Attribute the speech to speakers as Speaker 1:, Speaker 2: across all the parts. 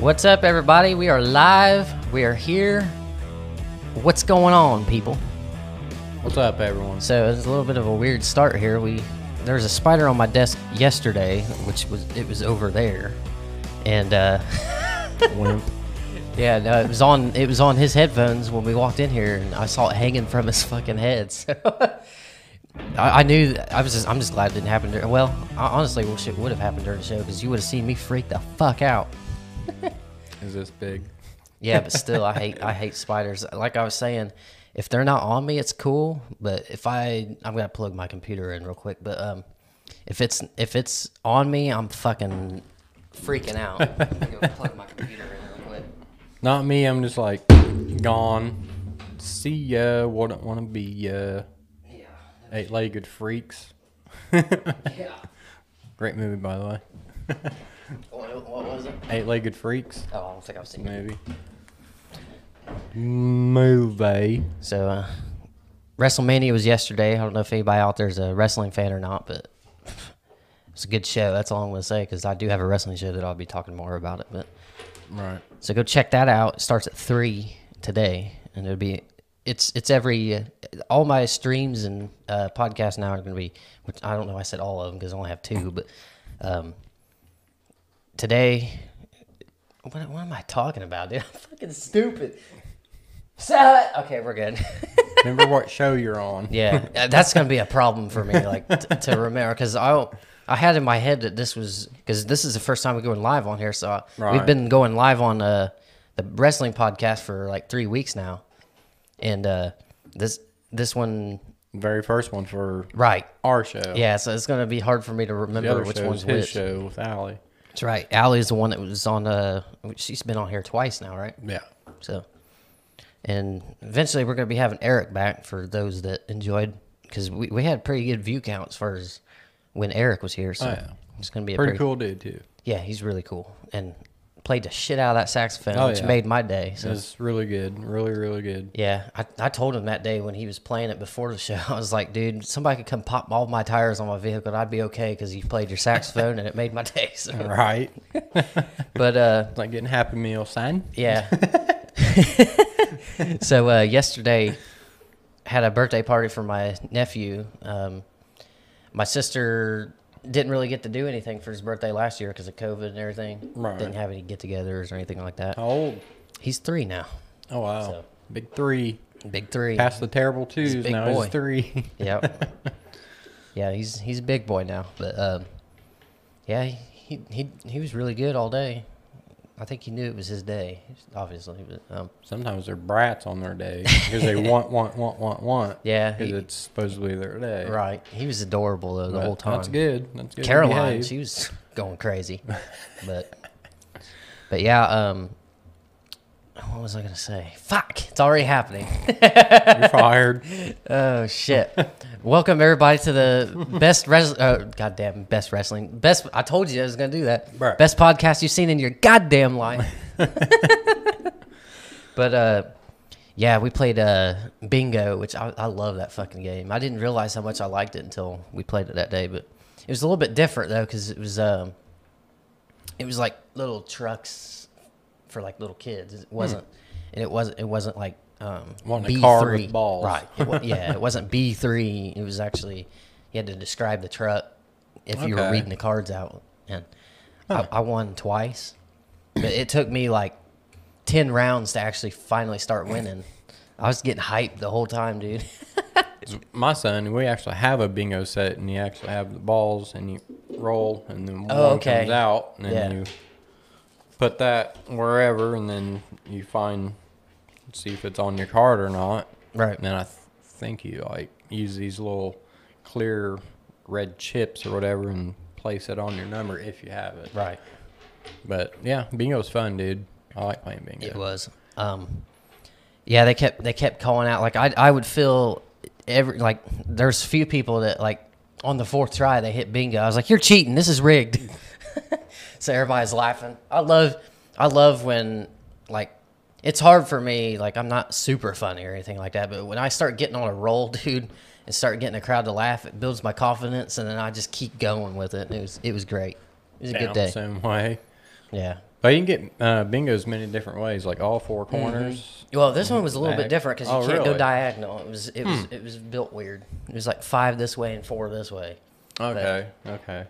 Speaker 1: What's up, everybody? We are live. We are here. What's going on, people?
Speaker 2: What's up, everyone?
Speaker 1: So it's a little bit of a weird start here. We there was a spider on my desk yesterday, which was it was over there, and uh,
Speaker 2: Wimp.
Speaker 1: yeah, no, it was on it was on his headphones when we walked in here, and I saw it hanging from his fucking head. So I, I knew that- I was just I'm just glad it didn't happen. During, well, I, honestly, wish it would have happened during the show because you would have seen me freak the fuck out.
Speaker 2: Is this big?
Speaker 1: Yeah, but still, I hate I hate spiders. Like I was saying, if they're not on me, it's cool. But if I I'm gonna plug my computer in real quick. But um, if it's if it's on me, I'm fucking freaking out. I'm gonna plug my computer in real quick.
Speaker 2: Not me. I'm just like gone. See ya. Wouldn't want to be ya.
Speaker 1: Yeah,
Speaker 2: Eight-legged freaks.
Speaker 1: yeah.
Speaker 2: Great movie, by the way.
Speaker 1: What, what was it?
Speaker 2: Eight-legged freaks
Speaker 1: Oh, I don't think I've seen it.
Speaker 2: movie. Movie.
Speaker 1: So uh, WrestleMania was yesterday. I don't know if anybody out there is a wrestling fan or not, but it's a good show. That's all I'm gonna say because I do have a wrestling show that I'll be talking more about it, but.
Speaker 2: Right.
Speaker 1: So go check that out. It starts at three today, and it'll be it's it's every uh, all my streams and uh, podcasts now are going to be. Which I don't know. I said all of them because I only have two, but um, today. What, what am I talking about, dude? I'm fucking stupid. Salad. Okay, we're good.
Speaker 2: Remember what show you're on?
Speaker 1: Yeah, uh, that's gonna be a problem for me, like t- to remember, because I I had in my head that this was because this is the first time we're going live on here, so I, we've
Speaker 2: Right.
Speaker 1: been going live on uh, the wrestling podcast for like three weeks now, and uh, this this one
Speaker 2: Very first one for
Speaker 1: right,
Speaker 2: our show.
Speaker 1: yeah, so it's gonna be hard for me to
Speaker 2: The
Speaker 1: remember
Speaker 2: other
Speaker 1: which
Speaker 2: show
Speaker 1: one's
Speaker 2: is his
Speaker 1: which.
Speaker 2: show with Allie.
Speaker 1: That's right. Allie's the one that was on. Uh, she's been on here twice now, right?
Speaker 2: Yeah.
Speaker 1: So, and eventually we're going to be having Eric back for those that enjoyed because we, we had pretty good view counts for his, when Eric was here. So
Speaker 2: Oh, yeah.
Speaker 1: it's going to be a
Speaker 2: Pretty
Speaker 1: pretty,
Speaker 2: cool dude too.
Speaker 1: Yeah, he's really cool and played the shit out of that saxophone,
Speaker 2: Oh,
Speaker 1: which
Speaker 2: yeah.
Speaker 1: made my day. So
Speaker 2: It's really good. Really, really good.
Speaker 1: yeah, I, I told him that day when he was playing it before the show, I was like, dude, somebody could come pop all my tires on my vehicle and I'd be okay because you played your saxophone and it made my day. So.
Speaker 2: Right.
Speaker 1: But uh,
Speaker 2: It's like getting Happy Meal, son.
Speaker 1: Yeah. so uh, yesterday, had a birthday party for my nephew. Um, my sister didn't really get to do anything for his birthday last year because of COVID and everything.
Speaker 2: Right.
Speaker 1: Didn't have any get-togethers or anything like that.
Speaker 2: How old?
Speaker 1: He's three now,
Speaker 2: Oh wow!
Speaker 1: So-
Speaker 2: Big three.
Speaker 1: big three.
Speaker 2: Past the terrible twos.
Speaker 1: big
Speaker 2: Now
Speaker 1: boy.
Speaker 2: he's three.
Speaker 1: Yep. yeah, he's he's a big boy now, but um, yeah, he, he he he was really good all day. I think he knew it was his day, obviously. But um,
Speaker 2: Sometimes they're brats on their day because they want, want, want, want, want.
Speaker 1: Yeah,
Speaker 2: because
Speaker 1: he-
Speaker 2: it's supposedly their day.
Speaker 1: right, he was adorable though the
Speaker 2: But
Speaker 1: whole time.
Speaker 2: That's good. That's good. to
Speaker 1: Caroline,
Speaker 2: behave.
Speaker 1: she was going crazy. But but yeah, um what was I gonna say? Fuck, it's already happening.
Speaker 2: You're fired.
Speaker 1: Oh shit! Welcome everybody to the best res- uh, goddamn best wrestling best. I told you I was gonna do that.
Speaker 2: Right.
Speaker 1: Best podcast you've seen in your goddamn life. but uh, yeah, we played uh, bingo, which I, I love that fucking game. I didn't realize how much I liked it until we played it that day. But it was a little bit different though, because it was um, it was like little trucks for like little kids. It wasn't, and it wasn't, it wasn't like um,
Speaker 2: Wasn't Hmm. a car with
Speaker 1: B3.
Speaker 2: balls.
Speaker 1: right? It wa- yeah, it wasn't B three. It was actually you had to describe the truck if you were
Speaker 2: Okay.
Speaker 1: reading the cards out, and I, I won twice, but it took me like ten rounds to actually finally start winning. I was getting hyped the whole time, dude.
Speaker 2: My son, we actually have a bingo set, and you actually have the balls, and you roll, and then one
Speaker 1: Oh, okay.
Speaker 2: comes out, and then
Speaker 1: Yeah.
Speaker 2: you put that wherever, and then you find see if it's on your card or not.
Speaker 1: Right.
Speaker 2: And then I th- think you like use these little clear red chips or whatever and place it on your number if you have it.
Speaker 1: Right.
Speaker 2: But yeah, bingo's fun, dude. I like playing bingo.
Speaker 1: It was. Um, yeah, they kept they kept calling out. Like I I would feel every like there's few people that like on the fourth try they hit bingo. I was like, you're cheating. This is rigged. so everybody's laughing. I love I love when like it's hard for me. Like I'm not super funny or anything like that. But when I start getting on a roll, dude. And start getting a crowd to laugh. It builds my confidence, and then I just keep going with it. And it was it was great. It was a
Speaker 2: Down
Speaker 1: good day.
Speaker 2: Same way.
Speaker 1: Yeah.
Speaker 2: But you can get uh, bingos many different ways, like all four
Speaker 1: Mm-hmm.
Speaker 2: corners.
Speaker 1: Well, this one was a little
Speaker 2: Back.
Speaker 1: bit different because you
Speaker 2: Oh,
Speaker 1: can't
Speaker 2: really? Hmm.
Speaker 1: go diagonal. It was it was it was built weird. It was like five this way and four this way,
Speaker 2: Okay, okay.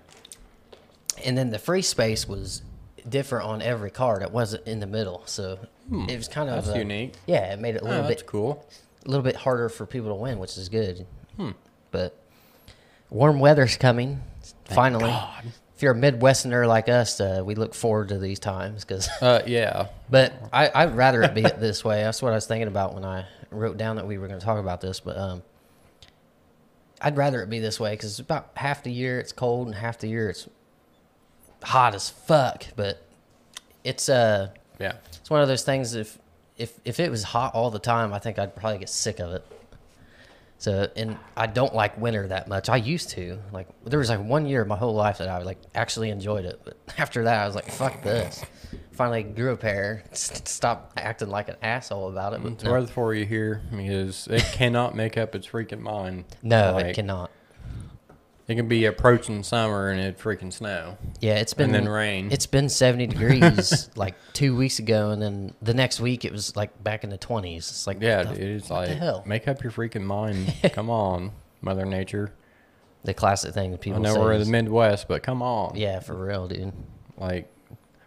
Speaker 1: and then the free space was different on every card. It wasn't in the middle, so it was kind of
Speaker 2: Hmm. That's
Speaker 1: uh,
Speaker 2: unique.
Speaker 1: Yeah, it made it a
Speaker 2: Oh,
Speaker 1: little
Speaker 2: that's
Speaker 1: bit
Speaker 2: Hmm. cool.
Speaker 1: a little bit harder for people to win, which is good. But warm weather's coming finally. If you're a Midwesterner like us, uh, we look forward to these times because.
Speaker 2: Uh, yeah.
Speaker 1: But I, I'd rather it be it this way. That's what I was thinking about when I wrote down that we were going to talk about this. But um, I'd rather it be this way because about half the year it's cold and half the year it's hot as fuck. But it's uh,
Speaker 2: Yeah.
Speaker 1: it's one of those things. If if if it was hot all the time, I think I'd probably get sick of it. So and I don't like winter that much. I used to like there was like one year of my whole life that I like actually enjoyed it, but after that I was like fuck this. Finally grew a pair, s- stopped acting like an asshole about it. But
Speaker 2: It's
Speaker 1: no,
Speaker 2: worth for you here because it cannot make up its freaking mind.
Speaker 1: no it
Speaker 2: Like,
Speaker 1: cannot.
Speaker 2: It can be approaching summer and it freaking snow.
Speaker 1: Yeah, it's been
Speaker 2: and then rain.
Speaker 1: It's been seventy degrees like two weeks ago, and then the next week it was like back in the twenties. It's like
Speaker 2: yeah,
Speaker 1: what the-
Speaker 2: dude. It's
Speaker 1: what
Speaker 2: like
Speaker 1: the hell?
Speaker 2: make up your freaking mind. come on, Mother Nature.
Speaker 1: The classic thing that people
Speaker 2: I know
Speaker 1: say.
Speaker 2: we're in
Speaker 1: is-
Speaker 2: the Midwest, but come on.
Speaker 1: yeah, for real, dude.
Speaker 2: Like,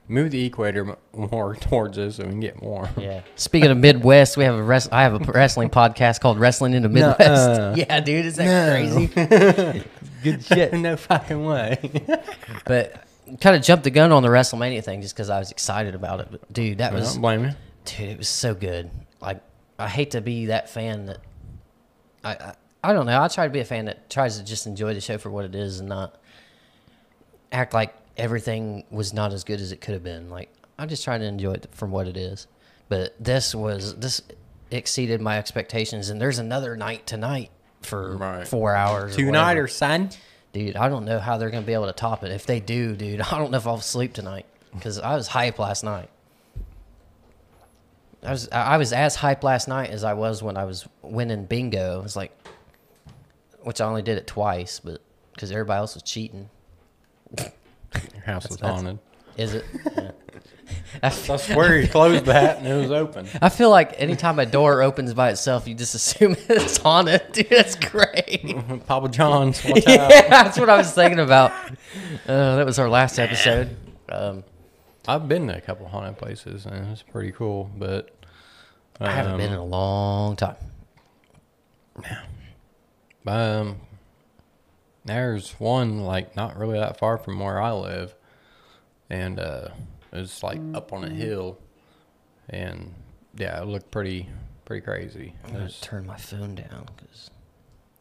Speaker 2: move the equator m- more towards us so we can get warm.
Speaker 1: Yeah. Speaking of Midwest, we have a rest. I have a wrestling podcast called Wrestling in the Midwest.
Speaker 2: Nuh-uh.
Speaker 1: yeah, dude, is that crazy?
Speaker 2: Good shit. no fucking way.
Speaker 1: But kind of jumped the gun on the WrestleMania thing just because I was excited about it. But dude, that
Speaker 2: I
Speaker 1: was
Speaker 2: don't blame you.
Speaker 1: dude, it was so good. Like I hate to be that fan that I, I I don't know. I try to be a fan that tries to just enjoy the show for what it is and not act like everything was not as good as it could have been. Like I just try to enjoy it from what it is. But this was this exceeded my expectations and there's another night tonight for
Speaker 2: Right.
Speaker 1: 4 hours or
Speaker 2: Two
Speaker 1: whatever.
Speaker 2: nighter, son.
Speaker 1: Dude, I don't know how they're going to be able to top it. If they do, dude, I don't know if I'll sleep tonight because I was hype last night. I was I I was as hype last night as I was when I was winning bingo. It's like, which I only did it twice, but because everybody else was cheating.
Speaker 2: Your house is
Speaker 1: that's-
Speaker 2: haunted.
Speaker 1: Is it? Yeah. I,
Speaker 2: I
Speaker 1: feel,
Speaker 2: swear you closed that and it was open.
Speaker 1: I feel like anytime a door opens by itself, you just assume it's haunted. Dude, that's great.
Speaker 2: Papa John's, watch
Speaker 1: yeah,
Speaker 2: out.
Speaker 1: that's what I was thinking about. Uh, that was our last episode. Um,
Speaker 2: I've been to a couple haunted places and it's pretty cool, but
Speaker 1: I haven't been in a long time.
Speaker 2: Um, there's one like not really that far from where I live, and uh, it's like up on a hill, and yeah, it looked pretty pretty crazy.
Speaker 1: I'm gonna
Speaker 2: Just
Speaker 1: turn my phone down because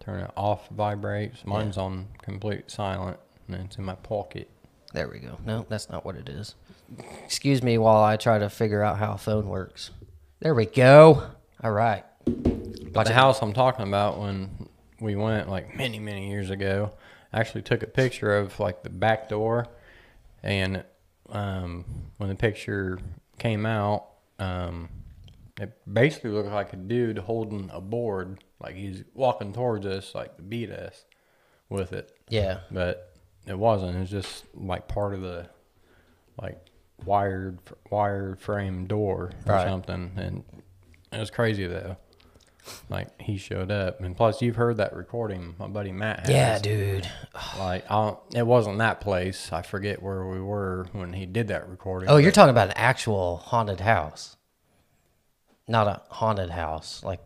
Speaker 2: turn it off, vibrates. Mine's on complete silent, and it's in my pocket.
Speaker 1: there we go. No, that's not what it is. Excuse me while I try to figure out how a phone works. There we go. All right.
Speaker 2: But
Speaker 1: Watch
Speaker 2: the
Speaker 1: it.
Speaker 2: house I'm talking about when we went like many many years ago, I actually took a picture of like the back door, and um, when the picture came out, um, it basically looked like a dude holding a board, like he's walking towards us, like to beat us with it,
Speaker 1: Yeah.
Speaker 2: but it wasn't. It was just like part of the like wired wired frame door or
Speaker 1: Right.
Speaker 2: something, and it was crazy though. Like he showed up, and plus you've heard that recording my buddy Matt. Has.
Speaker 1: Yeah, dude.
Speaker 2: Like I don't, it wasn't that place. I forget where we were when he did that recording.
Speaker 1: Oh, you're
Speaker 2: but
Speaker 1: talking about an actual haunted house, not a haunted house like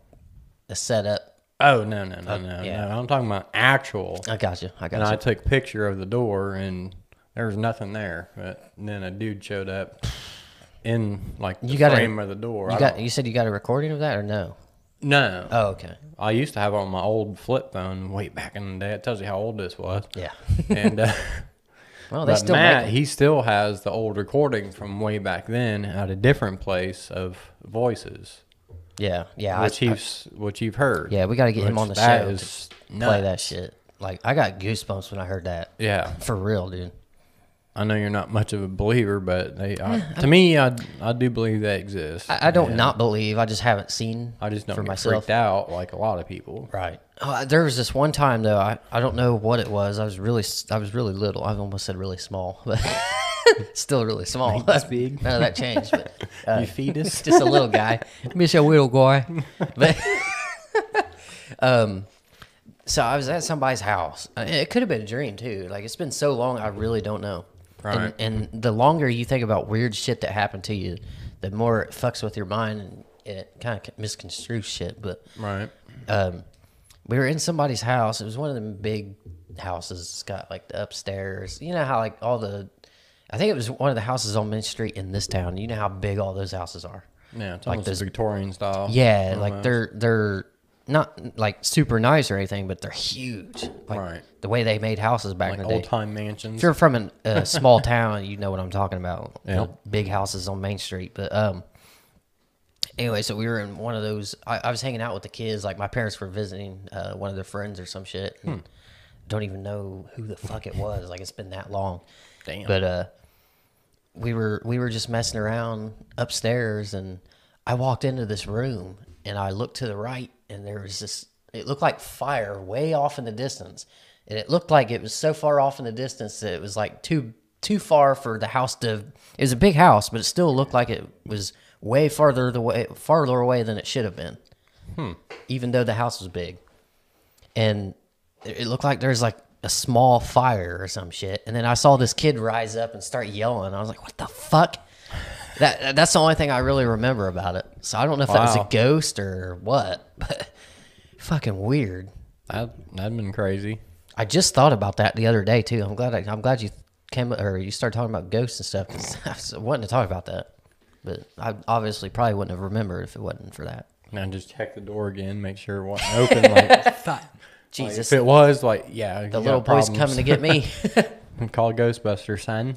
Speaker 1: a setup.
Speaker 2: oh no no no no
Speaker 1: yeah.
Speaker 2: no. I'm talking about actual.
Speaker 1: I got you. I got
Speaker 2: And
Speaker 1: you.
Speaker 2: I took a picture of the door, and there was nothing there. But then a dude showed up in like the
Speaker 1: You got a-
Speaker 2: frame of the door. I
Speaker 1: you got.
Speaker 2: don't-
Speaker 1: You said you got a recording of that or no?
Speaker 2: no.
Speaker 1: Oh, okay.
Speaker 2: I used to have it on my old flip phone way back in the day. It tells you how old this was.
Speaker 1: Yeah.
Speaker 2: and uh,
Speaker 1: Well, they
Speaker 2: but
Speaker 1: still make
Speaker 2: Matt,
Speaker 1: them.
Speaker 2: he still has the old recording from way back then at a different place of voices,
Speaker 1: Yeah, yeah, I-
Speaker 2: which
Speaker 1: I-
Speaker 2: you've which you've heard.
Speaker 1: yeah. We got to get him
Speaker 2: which
Speaker 1: on the
Speaker 2: that
Speaker 1: show
Speaker 2: is
Speaker 1: to play that
Speaker 2: nuts.
Speaker 1: shit. Like I got goosebumps when I heard that.
Speaker 2: Yeah,
Speaker 1: For real, dude.
Speaker 2: I know you're not much of a believer, but they I, to me, I I do believe they exist.
Speaker 1: I, I don't
Speaker 2: and
Speaker 1: not believe. I just haven't seen.
Speaker 2: I just don't
Speaker 1: for
Speaker 2: get
Speaker 1: myself.
Speaker 2: freaked out like a lot of people.
Speaker 1: Right. Uh, there was this one time though. I, I don't know what it was. I was really s- I was really little. I almost said really small, but still really small. That's big. None of that changed. But uh,
Speaker 2: You fetus.
Speaker 1: just a little guy. Miss a little guy. But um, so I was at somebody's house. Uh, It could have been a dream too. Like it's been so long, I really don't know.
Speaker 2: Right.
Speaker 1: And, and the longer you think about weird shit that happened to you, the more it fucks with your mind and it kind of misconstrues shit. But
Speaker 2: right.
Speaker 1: um, we were in somebody's house. It was one of them big houses. It's got like the upstairs. You know how like all the, I think it was one of the houses on Main Street in this town. You know how big all those houses are.
Speaker 2: Yeah, it's
Speaker 1: Like
Speaker 2: almost
Speaker 1: those-
Speaker 2: Victorian style.
Speaker 1: Yeah, like they're they're not like super nice or anything, but they're huge. Like
Speaker 2: Right.
Speaker 1: the way they made houses back
Speaker 2: like
Speaker 1: in the day.
Speaker 2: old time mansions.
Speaker 1: If you're from an- a small town, you know what I'm talking about.
Speaker 2: Yeah.
Speaker 1: Know, big houses on Main Street. But um, anyway, so we were in one of those. I, I was hanging out with the kids. Like my parents were visiting uh, one of their friends or some shit.
Speaker 2: Hmm.
Speaker 1: and Don't even know who the fuck it was. Like it's been that long.
Speaker 2: Damn.
Speaker 1: But uh, we were we were just messing around upstairs, and I walked into this room, and I looked to the right, and there was this. It looked like fire way off in the distance, and it looked like it was so far off in the distance that it was like too too far for the house to. It was a big house, but it still looked like it was way farther the way farther away than it should have been, even though the house was big and it it looked like there was like a small fire or some shit. And then I saw this kid rise up and start yelling. I was like, "What the fuck?" That that's the only thing I really remember about it. So I don't know if that was a
Speaker 2: Wow.
Speaker 1: ghost or what, but fucking weird.
Speaker 2: that that'd been crazy.
Speaker 1: I just thought about that the other day too. I'm glad I, I'm glad you came or you started talking about ghosts and stuff. 'cause I was wanting to talk about that, but I obviously probably wouldn't have remembered if it wasn't for that.
Speaker 2: Now just check the door again, make sure it wasn't open. Like, like,
Speaker 1: Jesus,
Speaker 2: if it was, like, yeah,
Speaker 1: the little boy's coming to get me.
Speaker 2: Call Ghostbusters, son.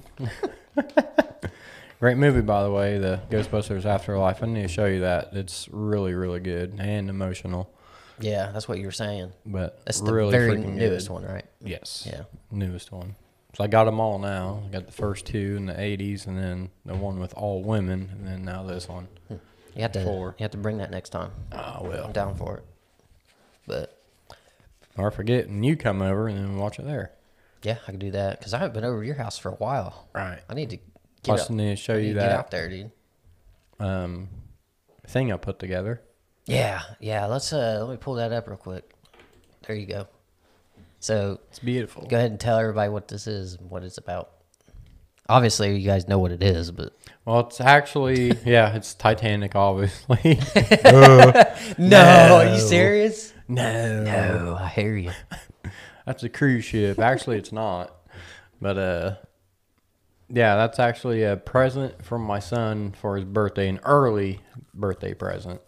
Speaker 2: Great movie, by the way, the Ghostbusters Afterlife. I need to show you that. It's really, really good and emotional,
Speaker 1: yeah, that's what you were saying.
Speaker 2: but
Speaker 1: That's the
Speaker 2: really
Speaker 1: very
Speaker 2: freaking
Speaker 1: newest
Speaker 2: good.
Speaker 1: one, right?
Speaker 2: Yes.
Speaker 1: Yeah.
Speaker 2: Newest one. So I got them all now. I got the first two in the 80s, and then the one with all women, and then now this one.
Speaker 1: Hmm. You have to
Speaker 2: Four.
Speaker 1: you have to bring that next time.
Speaker 2: Ah,
Speaker 1: I'm
Speaker 2: well.
Speaker 1: down for it. But
Speaker 2: Or forget, and you come over and then watch it there.
Speaker 1: yeah, I can do that because I haven't been over to your house for a while.
Speaker 2: Right.
Speaker 1: I need to get,
Speaker 2: Plus,
Speaker 1: up,
Speaker 2: I need to show
Speaker 1: I need
Speaker 2: you
Speaker 1: to get out
Speaker 2: that
Speaker 1: there, dude.
Speaker 2: um, thing I put together.
Speaker 1: Yeah, yeah. Let's uh let me pull that up real quick. There you go. So
Speaker 2: It's beautiful.
Speaker 1: go ahead and tell everybody what this is and what it's about. Obviously, you guys know what it is, but
Speaker 2: Well, it's actually, yeah, it's Titanic, obviously.
Speaker 1: no, are you serious?
Speaker 2: no.
Speaker 1: No, I hear you.
Speaker 2: That's a cruise ship. Actually, it's not. But, uh, yeah, that's actually a present from my son for his birthday, an early birthday present.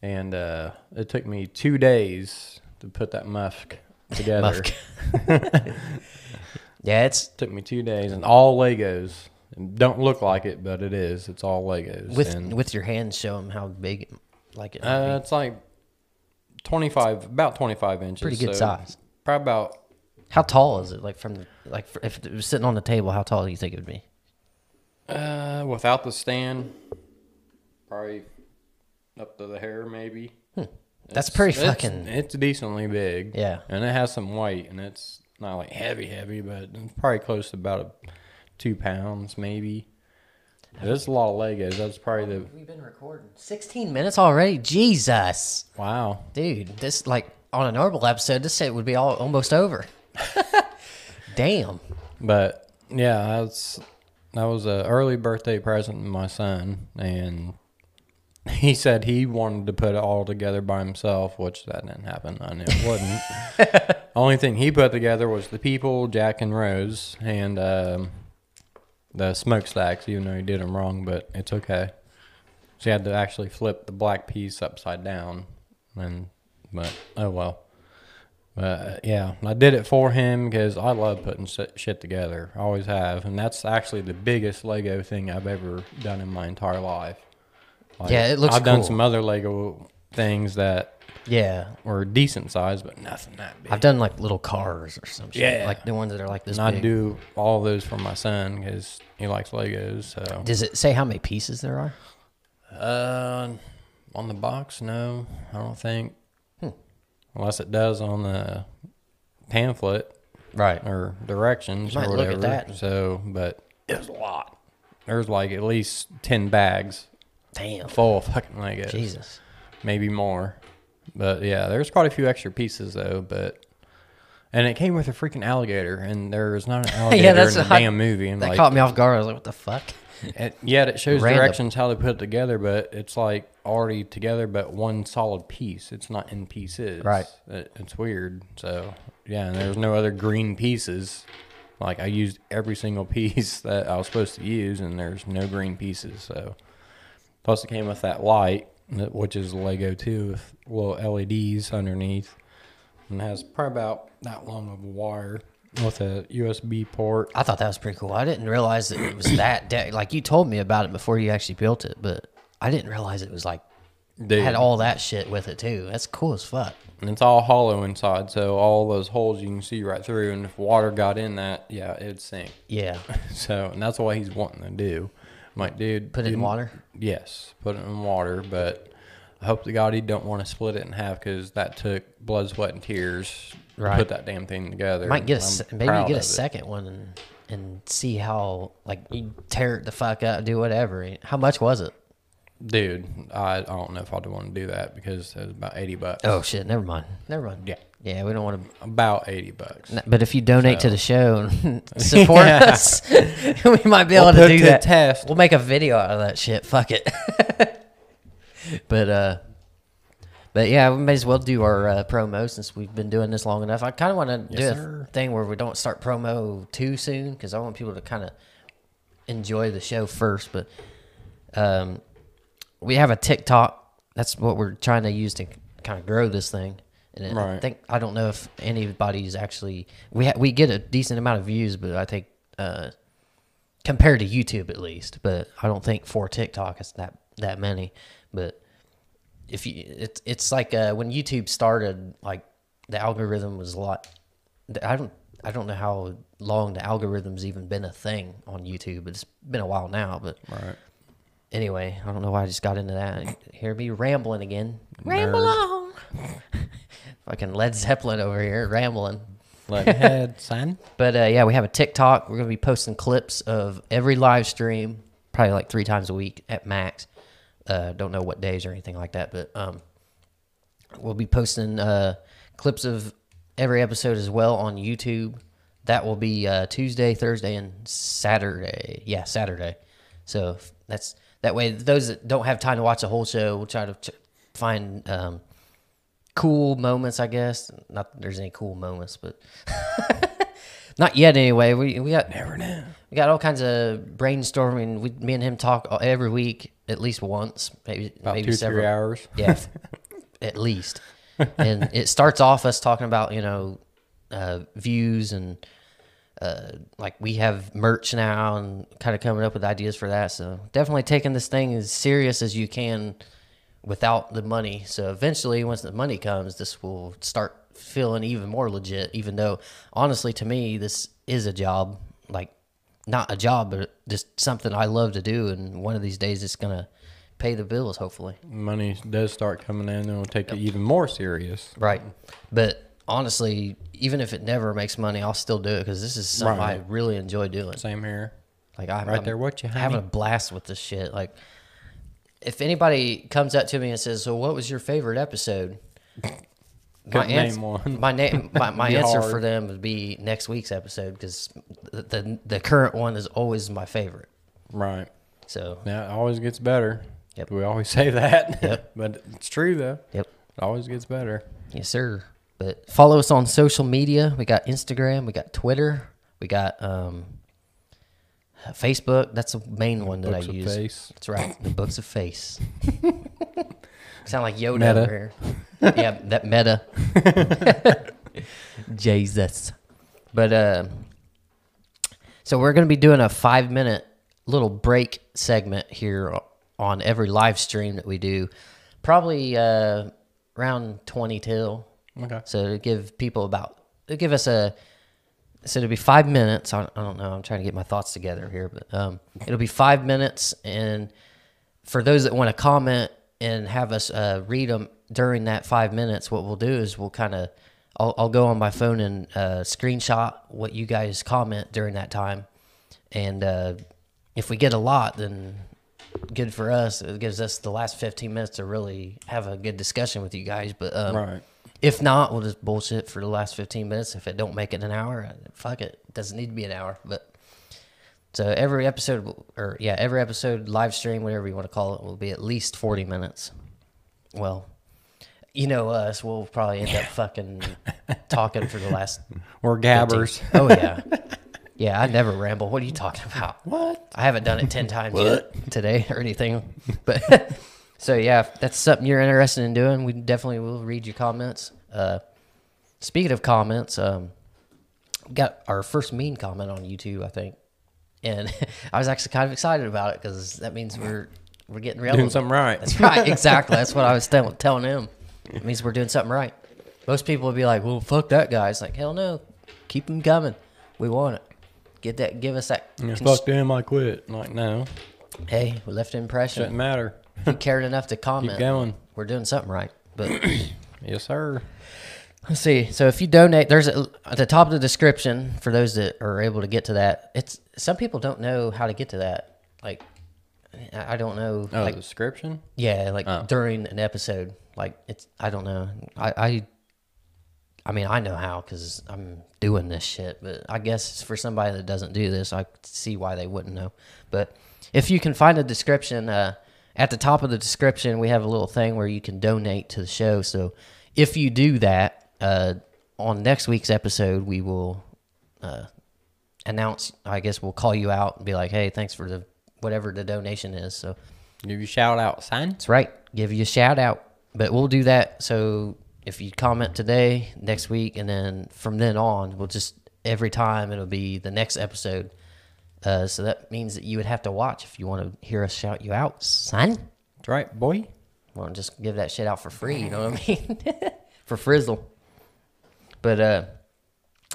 Speaker 2: And uh, it took me two days to put that musk together.
Speaker 1: Musk. Yeah, it's
Speaker 2: Took me two days, and all Legos. And Don't look like it, but it is. It's all Legos.
Speaker 1: with
Speaker 2: and,
Speaker 1: with your hands. Show them how big, it- like it. might be.
Speaker 2: uh, it's like twenty-five, about twenty-five inches.
Speaker 1: Pretty good
Speaker 2: so
Speaker 1: size.
Speaker 2: Probably about
Speaker 1: How tall is it? Like from the, like fr- if it was sitting on the table, how tall do you think it would be?
Speaker 2: uh, without the stand, probably up to the hair, maybe.
Speaker 1: That's
Speaker 2: It's-
Speaker 1: pretty
Speaker 2: it's-
Speaker 1: fucking-
Speaker 2: It's decently big.
Speaker 1: Yeah.
Speaker 2: and it has some weight, and it's not like heavy, heavy, but it's probably close to about a, two pounds, maybe. That's a lot of Legos. That's probably the
Speaker 1: We've been recording 16 minutes already. Jesus,
Speaker 2: wow.
Speaker 1: dude, this like on a normal episode, this shit would be all almost over. Damn.
Speaker 2: But yeah, that's that was a early birthday present to my son, and he said he wanted to put it all together by himself, which that didn't happen, and it wouldn't. Only thing he put together was the people, Jack and Rose, and um, the smokestacks. Even though he did them wrong, but it's okay. So he had to actually flip the black piece upside down, and but oh well. But yeah, I did it for him because I love putting s- shit together. I always have, and that's actually the biggest Lego thing I've ever done in my entire life. Like,
Speaker 1: Yeah, it looks
Speaker 2: I've done
Speaker 1: cool.
Speaker 2: some other Lego things that
Speaker 1: Yeah.
Speaker 2: were decent size, but nothing that big.
Speaker 1: I've done like little cars or some shit.
Speaker 2: Yeah.
Speaker 1: Like the ones that are like this
Speaker 2: and I
Speaker 1: big.
Speaker 2: do all those for my son because he likes Legos. So
Speaker 1: Does it say how many pieces there are?
Speaker 2: Uh, on the box, no, I don't think. Hmm. Unless it does on the pamphlet
Speaker 1: Right.
Speaker 2: or directions
Speaker 1: Might
Speaker 2: or
Speaker 1: look
Speaker 2: whatever.
Speaker 1: at that.
Speaker 2: So, but it was a lot. There's like at least ten bags
Speaker 1: Damn.
Speaker 2: full of fucking Legos,
Speaker 1: Jesus.
Speaker 2: maybe more. But yeah, there's quite a few extra pieces though. But and it came with a freaking alligator, and there's not an alligator
Speaker 1: that's
Speaker 2: in the
Speaker 1: what I-
Speaker 2: damn movie. And
Speaker 1: That
Speaker 2: like,
Speaker 1: caught me off guard. I was like, what the fuck?
Speaker 2: it, yet it shows
Speaker 1: Random.
Speaker 2: directions how they put it together, but it's like already together, but one solid piece. It's not in pieces.
Speaker 1: Right.
Speaker 2: It, it's weird. So yeah, and there's no other green pieces. Like I used every single piece that I was supposed to use, and there's no green pieces. So plus it came with that light, that- which is Lego too, with little LEDs underneath, and it has probably about that long of a wire with a USB port.
Speaker 1: I thought that was pretty cool. I didn't realize that it was that de- like you told me about it before you actually built it, but I didn't realize it was like
Speaker 2: Dude.
Speaker 1: had all that shit with it too. That's cool as fuck.
Speaker 2: And it's all hollow inside, so all those holes you can see right through. And if water got in that, yeah, it'd sink.
Speaker 1: Yeah.
Speaker 2: So, and that's what he's wanting to do. I'm like, dude,
Speaker 1: Put it in
Speaker 2: you-
Speaker 1: water.
Speaker 2: Yes, put it in water. But I hope to God he don't want to split it in half because that took blood, sweat, and tears
Speaker 1: Right.
Speaker 2: to put that damn thing together.
Speaker 1: Might get a,
Speaker 2: I'm
Speaker 1: se- maybe
Speaker 2: proud
Speaker 1: get
Speaker 2: of
Speaker 1: a
Speaker 2: it.
Speaker 1: second one and, and see how like you tear it the fuck up, do whatever. How much was it?
Speaker 2: dude. I, I don't know if I'd want to do that because it was about eighty bucks.
Speaker 1: Oh shit, never mind. Never mind.
Speaker 2: Yeah.
Speaker 1: Yeah, we don't want to
Speaker 2: about eighty bucks.
Speaker 1: but if you donate to the show and support us, we might be able
Speaker 2: We'll put
Speaker 1: to do
Speaker 2: to the
Speaker 1: that.
Speaker 2: test.
Speaker 1: We'll make a video out of that shit. Fuck it. but uh, but yeah, we may as well do our uh, promo since we've been doing this long enough. I kind of want to
Speaker 2: Yes,
Speaker 1: do a
Speaker 2: sir.
Speaker 1: thing where we don't start promo too soon because I want people to kind of enjoy the show first. But um, we have a TikTok. That's what we're trying to use to kind of grow this thing. And it, I
Speaker 2: Right.
Speaker 1: think I don't know if anybody's actually we ha- we get a decent amount of views, but I think uh, compared to YouTube at least. But I don't think for TikTok it's that that many. But if you it's it's like uh, when YouTube started, like the algorithm was a lot. the- I don't I don't know how long the algorithm's even been a thing on YouTube, but it's been a while now. But
Speaker 2: Right.
Speaker 1: anyway, I don't know why I just got into that. Hear me rambling again.
Speaker 2: Ramble
Speaker 1: on. Fucking Led Zeppelin over here rambling.
Speaker 2: Let me head, son.
Speaker 1: But uh, yeah, we have a TikTok. We're gonna be posting clips of every live stream, probably like three times a week at max. Uh, don't know what days or anything like that, but um, we'll be posting uh, clips of every episode as well on YouTube. That will be uh, Tuesday, Thursday, and Saturday. Yeah, Saturday. So if that's that way. Those that don't have time to watch the whole show, we'll try to t- find um, cool moments. I guess not that there's any cool moments, but not yet. Anyway, we we got
Speaker 2: Never know.
Speaker 1: we got all kinds of brainstorming. We, me and him talk every week at least once, maybe
Speaker 2: About
Speaker 1: maybe
Speaker 2: two,
Speaker 1: several
Speaker 2: three hours.
Speaker 1: yeah, f- at least. And it starts off us talking about you know uh, views and uh, like we have merch now and kind of coming up with ideas for that. So definitely taking this thing as serious as you can without the money. So eventually, once the money comes, this will start feeling even more legit. Even though, honestly, to me, this is a job. Like not a job, but just something I love to do. And one of these days, it's gonna pay the bills. Hopefully.
Speaker 2: money does start coming in, it'll take it even more serious.
Speaker 1: Right. But honestly, even if it never makes money, I'll still do it because this is something I
Speaker 2: Right.
Speaker 1: really enjoy doing.
Speaker 2: Same here.
Speaker 1: Like I'm,
Speaker 2: Right
Speaker 1: I'm
Speaker 2: there, what you
Speaker 1: having
Speaker 2: have?
Speaker 1: a blast with this shit. Like, if anybody comes up to me and says, "So, what was your favorite episode?" My
Speaker 2: Couldn't
Speaker 1: ans-
Speaker 2: name one.
Speaker 1: My name. My, my
Speaker 2: Be
Speaker 1: answer
Speaker 2: hard.
Speaker 1: for them would be next week's episode because the, the the current one is always my favorite.
Speaker 2: Right.
Speaker 1: So,
Speaker 2: Yeah, it always gets better.
Speaker 1: Yep.
Speaker 2: We always say that. but it's true though.
Speaker 1: yep.
Speaker 2: It always gets better.
Speaker 1: Yes, sir. But follow us on social media. We got Instagram, we got Twitter, we got um, Facebook. That's the main one that
Speaker 2: Books
Speaker 1: I
Speaker 2: of
Speaker 1: use.
Speaker 2: face.
Speaker 1: That's right. The books of face. Sound like Yoda
Speaker 2: Meta.
Speaker 1: over here. Yeah, that meta. Jesus. But uh, so we're going to be doing a five minute little break segment here on every live stream that we do, probably uh, around twenty till.
Speaker 2: Okay.
Speaker 1: So to give people about, to give us a, so it'll be five minutes. I, I don't know. I'm trying to get my thoughts together here, but um, it'll be five minutes. And for those that want to comment and have us uh, read them during that five minutes, what we'll do is we'll kind of, I'll, I'll go on my phone and uh, screenshot what you guys comment during that time. And uh, if we get a lot, then good for us. It gives us the last 15 minutes to really have a good discussion with you guys. But um,
Speaker 2: Right.
Speaker 1: if not, we'll just bullshit for the last 15 minutes. If it don't make it an hour, uh, fuck it. It doesn't need to be an hour. But so every episode, will- or yeah, every episode, live stream, whatever you want to call it, will be at least 40 minutes. Well, you know us, we'll probably end up fucking talking for the last.
Speaker 2: We're gabbers.
Speaker 1: Oh, yeah. Yeah, I never ramble. What are you talking about?
Speaker 2: What?
Speaker 1: I haven't done it 10 times yet today or anything. But so, yeah, if that's something you're interested in doing, we definitely will read your comments. Uh, speaking of comments, um, we got our first mean comment on YouTube, I think. And I was actually kind of excited about it because that means we're we're getting relevant.
Speaker 2: Doing something right.
Speaker 1: That's right, exactly. That's what I was tell- telling him. It means we're doing something right. Most people would be like, "Well, fuck that guy." It's like, hell no, keep him coming. We want it. Get that. Give us that.
Speaker 2: Yeah,
Speaker 1: cons-
Speaker 2: fuck them, I quit. Like, no,
Speaker 1: Hey, we left an
Speaker 2: doesn't
Speaker 1: impression.
Speaker 2: matter.
Speaker 1: If you cared enough to
Speaker 2: Keep
Speaker 1: comment.
Speaker 2: going.
Speaker 1: We're doing something right. But
Speaker 2: Yes, sir.
Speaker 1: let's see. So if you donate, there's a, at the top of the description for those that are able to get to that. It's some people don't know how to get to that. Like, I I don't know.
Speaker 2: Oh,
Speaker 1: like,
Speaker 2: description?
Speaker 1: Yeah, like during an episode, like it's I don't know. I I, I mean I know how because I'm doing this shit, but I guess for somebody that doesn't do this, I see why they wouldn't know. But if you can find a description, uh, at the top of the description, we have a little thing where you can donate to the show. So if you do that, uh, on next week's episode, we will uh, announce. I guess we'll call you out and be like, "Hey, thanks for the whatever the donation is." So.
Speaker 2: Give you shout out sign.
Speaker 1: That's right. Give you a shout out. But we'll do that. So if you comment today, next week, and then from then on, we'll just every time it'll be the next episode. Uh, so that means that you would have to watch if you want to hear us shout you out, son.
Speaker 2: That's right, boy.
Speaker 1: Well, just give that shit out for free. You know what I mean? for frizzle. But uh,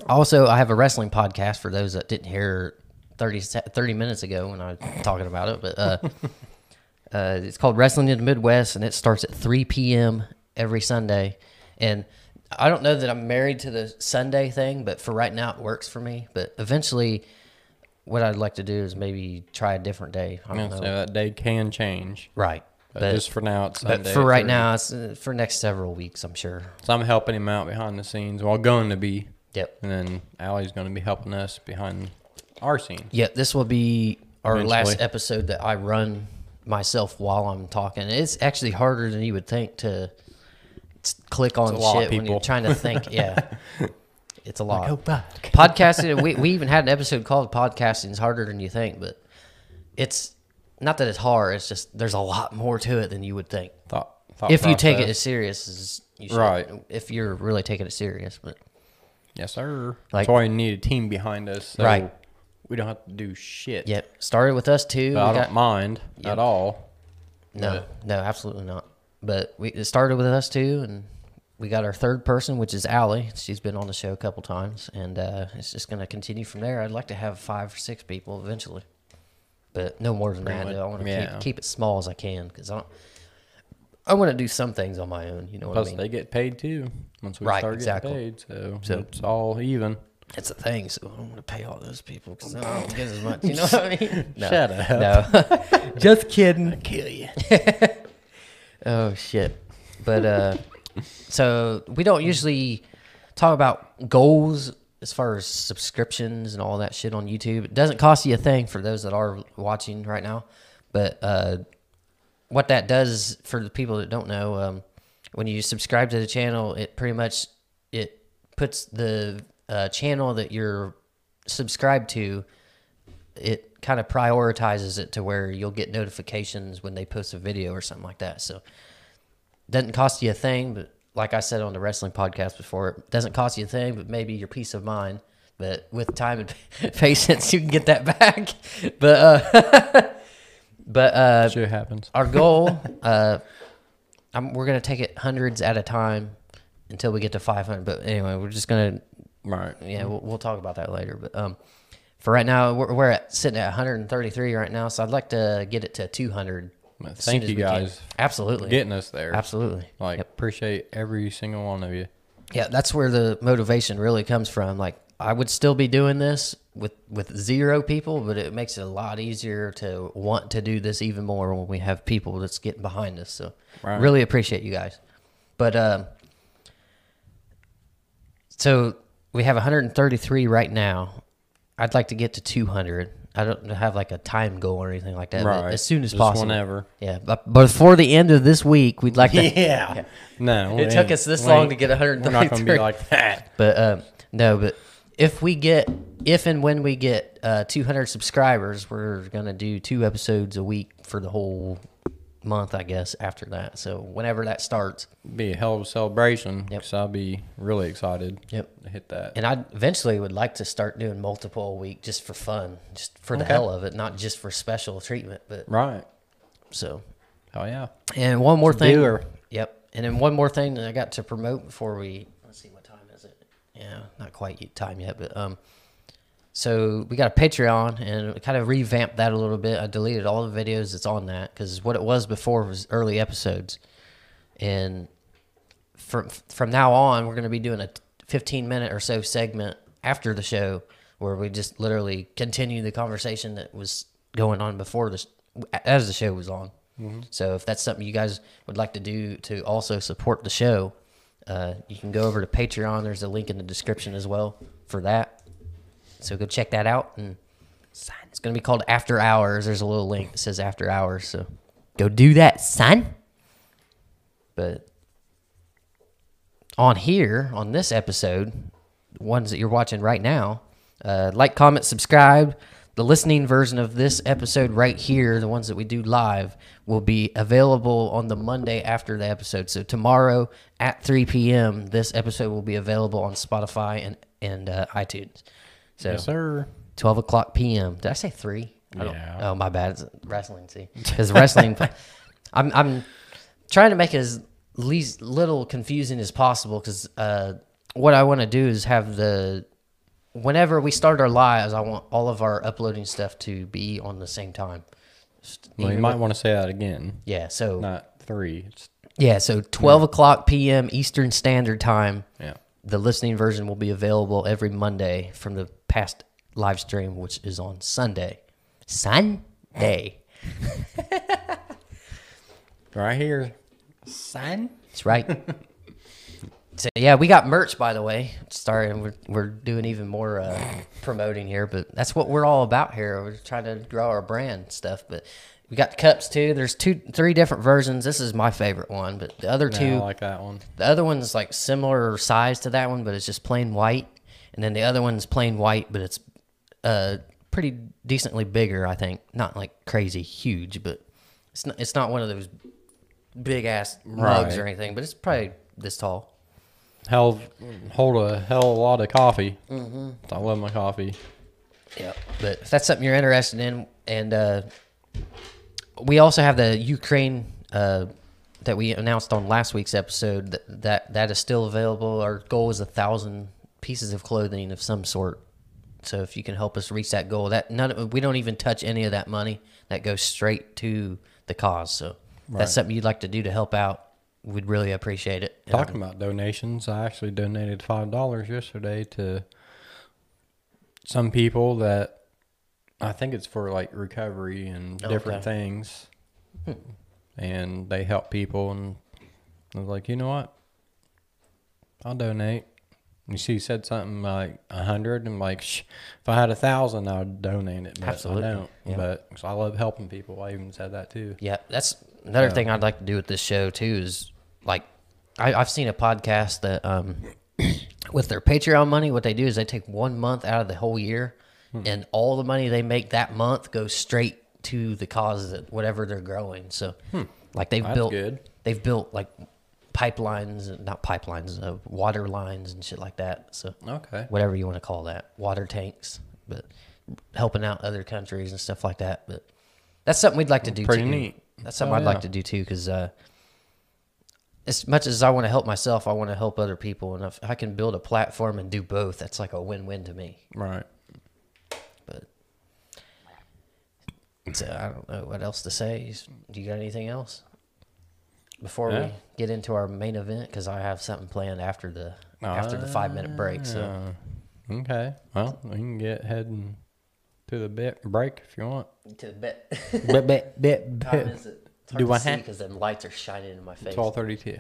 Speaker 1: also, I have a wrestling podcast for those that didn't hear 30, se- 30 minutes ago when I was talking about it. But uh, uh, it's called Wrestling in the Midwest, and it starts at 3 p.m. every Sunday. And I don't know that I'm married to the Sunday thing, but for right now, it works for me. But eventually, what I'd like to do is maybe try a different day. I
Speaker 2: Yeah,
Speaker 1: don't
Speaker 2: so
Speaker 1: know.
Speaker 2: that day can change.
Speaker 1: Right.
Speaker 2: But
Speaker 1: But-
Speaker 2: just for now, it's
Speaker 1: but
Speaker 2: Sunday.
Speaker 1: for
Speaker 2: at
Speaker 1: right
Speaker 2: 3.
Speaker 1: now, it's uh, for next several weeks, I'm sure.
Speaker 2: So I'm helping him out behind the scenes. Well, going to be.
Speaker 1: Yep.
Speaker 2: And then Allie's going to be helping us behind our scene.
Speaker 1: Yep. This will be our
Speaker 2: Eventually.
Speaker 1: last episode that I run myself while I'm talking. It's actually harder than you would think to s- click on
Speaker 2: a lot of
Speaker 1: shit when you're
Speaker 2: people. oh.
Speaker 1: trying to think. Yeah. It's a lot.
Speaker 2: fuck.
Speaker 1: podcasting we, we even had an episode called podcasting is harder than you think but it's not that it's hard it's just there's a lot more to it than you would think
Speaker 2: Thought, thought
Speaker 1: if you take it
Speaker 2: process.
Speaker 1: as serious as you should
Speaker 2: Right.
Speaker 1: if you're really taking it serious but
Speaker 2: Yes, sir.
Speaker 1: Like-
Speaker 2: That's why we need a team behind us. So
Speaker 1: Right.
Speaker 2: We don't have to do shit.
Speaker 1: Yep. Started with us too.
Speaker 2: But I
Speaker 1: We
Speaker 2: don't
Speaker 1: got-
Speaker 2: mind at all.
Speaker 1: no, no, absolutely not. But we it started with us too, and we got our third person, which is Allie. She's been on the show a couple times, and uh, it's just going to continue from there. I'd like to have five or six people eventually, but no more than that.
Speaker 2: much,
Speaker 1: though. I want to
Speaker 2: yeah.
Speaker 1: keep, keep it small as I can because I don't. I want to do some things on my own. You know what
Speaker 2: Plus,
Speaker 1: I mean?
Speaker 2: they get paid too once we
Speaker 1: Right,
Speaker 2: start
Speaker 1: exactly.
Speaker 2: getting paid. So,
Speaker 1: So-
Speaker 2: it's all even.
Speaker 1: That's the thing. So I don't want to pay all those people because I don't get as much. You know what I mean? No,
Speaker 2: Shut
Speaker 1: No, just kidding.
Speaker 2: Kill you.
Speaker 1: Oh shit. But uh so we don't usually talk about goals as far as subscriptions and all that shit on YouTube. It doesn't cost you a thing for those that are watching right now. But uh what that does for the people that don't know, um when you subscribe to the channel, it pretty much it puts the uh, channel that you're subscribed to it kind of prioritizes it to where you'll get notifications when they post a video or something like that. So doesn't cost you a thing, but like I said on the wrestling podcast before, it doesn't cost you a thing, but maybe your peace of mind. But with time and patience, you can get that back. But uh, but uh,
Speaker 2: Shit happens.
Speaker 1: our goal, uh, I'm, we're gonna take it hundreds at a time until we get to 500. But anyway, we're just gonna
Speaker 2: Right.
Speaker 1: yeah, we'll, we'll talk about that later. But um, for right now, we're, we're at, sitting at 133 right now, so I'd like to get it to 200.
Speaker 2: Well,
Speaker 1: as
Speaker 2: thank
Speaker 1: soon as
Speaker 2: you
Speaker 1: we can.
Speaker 2: guys
Speaker 1: Absolutely,
Speaker 2: Getting us there.
Speaker 1: absolutely.
Speaker 2: Like appreciate every single one of you.
Speaker 1: Yeah, that's where the motivation really comes from. Like I would still be doing this with with zero people, but it makes it a lot easier to want to do this even more when we have people that's getting behind us. So
Speaker 2: Right.
Speaker 1: really appreciate you guys. But um so we have 133 right now. I'd like to get to 200. I don't have like a time goal or anything like that. but
Speaker 2: Right.
Speaker 1: As soon as
Speaker 2: Just
Speaker 1: possible.
Speaker 2: whenever.
Speaker 1: Yeah, but but before the end of this week, we'd like to
Speaker 2: Yeah. No.
Speaker 1: It took us this long to get
Speaker 2: We're not going to
Speaker 1: 133.
Speaker 2: be like that.
Speaker 1: But um, no, but if we get, if and when we get uh, 200 subscribers, we're gonna do two episodes a week for the whole month, I guess. After that, so whenever that starts,
Speaker 2: Be a hell of a celebration
Speaker 1: Yep.
Speaker 2: because I'll be really excited.
Speaker 1: Yep.
Speaker 2: To hit that.
Speaker 1: and I eventually would like to start doing multiple a week just for fun, just for the
Speaker 2: Okay.
Speaker 1: hell of it, not just for special treatment. But
Speaker 2: right.
Speaker 1: so,
Speaker 2: Oh yeah.
Speaker 1: and one more thing.
Speaker 2: doer.
Speaker 1: Yep, and then one more thing that I got to promote before we. Let's see what time is it. Yeah, not quite y- time yet, but um. So we got a Patreon and kind of revamped that a little bit. I deleted all the videos that's on that because what it was before was early episodes, and from from now on we're going to be doing a 15 minute or so segment after the show where we just literally continue the conversation that was going on before this as the show was on. So if that's something you guys would like to do to also support the show, uh, you can go over to Patreon. There's a link in the description as well for that. So go check that out. And it's going to be called After Hours. There's a little link that says After Hours. So go do that, son. But on here, on this episode, the ones that you're watching right now, uh, like, comment, subscribe. The listening version of this episode right here, the ones that we do live, will be available on the Monday after the episode. So tomorrow at 3 p.m., this episode will be available on Spotify and and uh, iTunes. So
Speaker 2: Yes, sir.
Speaker 1: 12 o'clock p.m. Did I say three? I don't,
Speaker 2: Yeah.
Speaker 1: Oh, my bad. It's wrestling, see? Because wrestling, I'm, I'm trying to make it as least little confusing as possible because uh, what I want to do is have the, whenever we start our lives, I want all of our uploading stuff to be on the same time. Just
Speaker 2: Well, you
Speaker 1: even
Speaker 2: might
Speaker 1: with-
Speaker 2: want to say that again.
Speaker 1: yeah, so
Speaker 2: Not three. It's,
Speaker 1: yeah, so 12 o'clock p.m. Eastern Standard Time.
Speaker 2: yeah.
Speaker 1: The listening version will be available every Monday from the past live stream, which is on Sunday. Sunday.
Speaker 2: Right here. Son.
Speaker 1: That's right. so yeah, we got merch by the way. Sorry, and we're we're doing even more uh, promoting here, but that's what we're all about here. We're trying to grow our brand stuff, but we got cups too. There's two, three different versions. This is my favorite one, but the other two,
Speaker 2: I like that one.
Speaker 1: The other one's like similar size to that one, but it's just plain white. And then the other one's plain white, but it's uh pretty decently bigger, I think. Not like crazy huge, but it's not it's not one of those big ass mugs or
Speaker 2: Right.
Speaker 1: anything, but it's probably this tall.
Speaker 2: Hell, hold a hell of a lot of coffee. Mm-hmm. I love my coffee.
Speaker 1: Yeah. But if that's something you're interested in and uh we also have the Ukraine uh that we announced on last week's episode that that, that is still available. Our goal is a thousand pieces of clothing of some sort. So if you can help us reach that goal, that none of, we don't even touch any of that money. That goes straight to the cause. So if
Speaker 2: Right.
Speaker 1: that's something you'd like to do to help out. We'd really appreciate it. And
Speaker 2: Talking about donations, I actually donated five dollars yesterday to some people that I think it's for like recovery and different
Speaker 1: Okay. Hmm.
Speaker 2: things, and they help people. And I was like, you know what? I'll donate. And she said something like a hundred. I'm like, Shh, if I had a thousand, I would donate it. But
Speaker 1: Absolutely.
Speaker 2: I don't.
Speaker 1: Yeah.
Speaker 2: But 'cause I love helping people. I even said that too.
Speaker 1: Yeah, that's another thing I'd like to do with this show too is like I, I've seen a podcast that um with their Patreon money, what they do is they take one month out of the whole year and all the money they make that month goes straight to the cause that whatever they're growing. So like they've
Speaker 2: That's
Speaker 1: built
Speaker 2: good.
Speaker 1: they've built like pipelines, not pipelines, uh, water lines and shit like that. So
Speaker 2: Okay.
Speaker 1: whatever you want to call that, water tanks, but helping out other countries and stuff like that. But that's something we'd like to do.
Speaker 2: Pretty
Speaker 1: too.
Speaker 2: neat.
Speaker 1: That's something
Speaker 2: Oh,
Speaker 1: I'd
Speaker 2: yeah.
Speaker 1: like to do too, because uh, as much as I want to help myself, I want to help other people, and if I can build a platform and do both, that's like a win-win to me.
Speaker 2: Right.
Speaker 1: But so I don't know what else to say. Do you got anything else before
Speaker 2: Yeah.
Speaker 1: we get into our main event? Because I have something planned after the after the five-minute break. So.
Speaker 2: Ah, Okay. Well, we can get heading to the bit break if you want.
Speaker 1: To bet.
Speaker 2: bit, bit, bit,
Speaker 1: Time is it? It's hard
Speaker 2: Do
Speaker 1: to
Speaker 2: I
Speaker 1: see
Speaker 2: have-
Speaker 1: because them lights are shining in my face.
Speaker 2: Twelve thirty-two.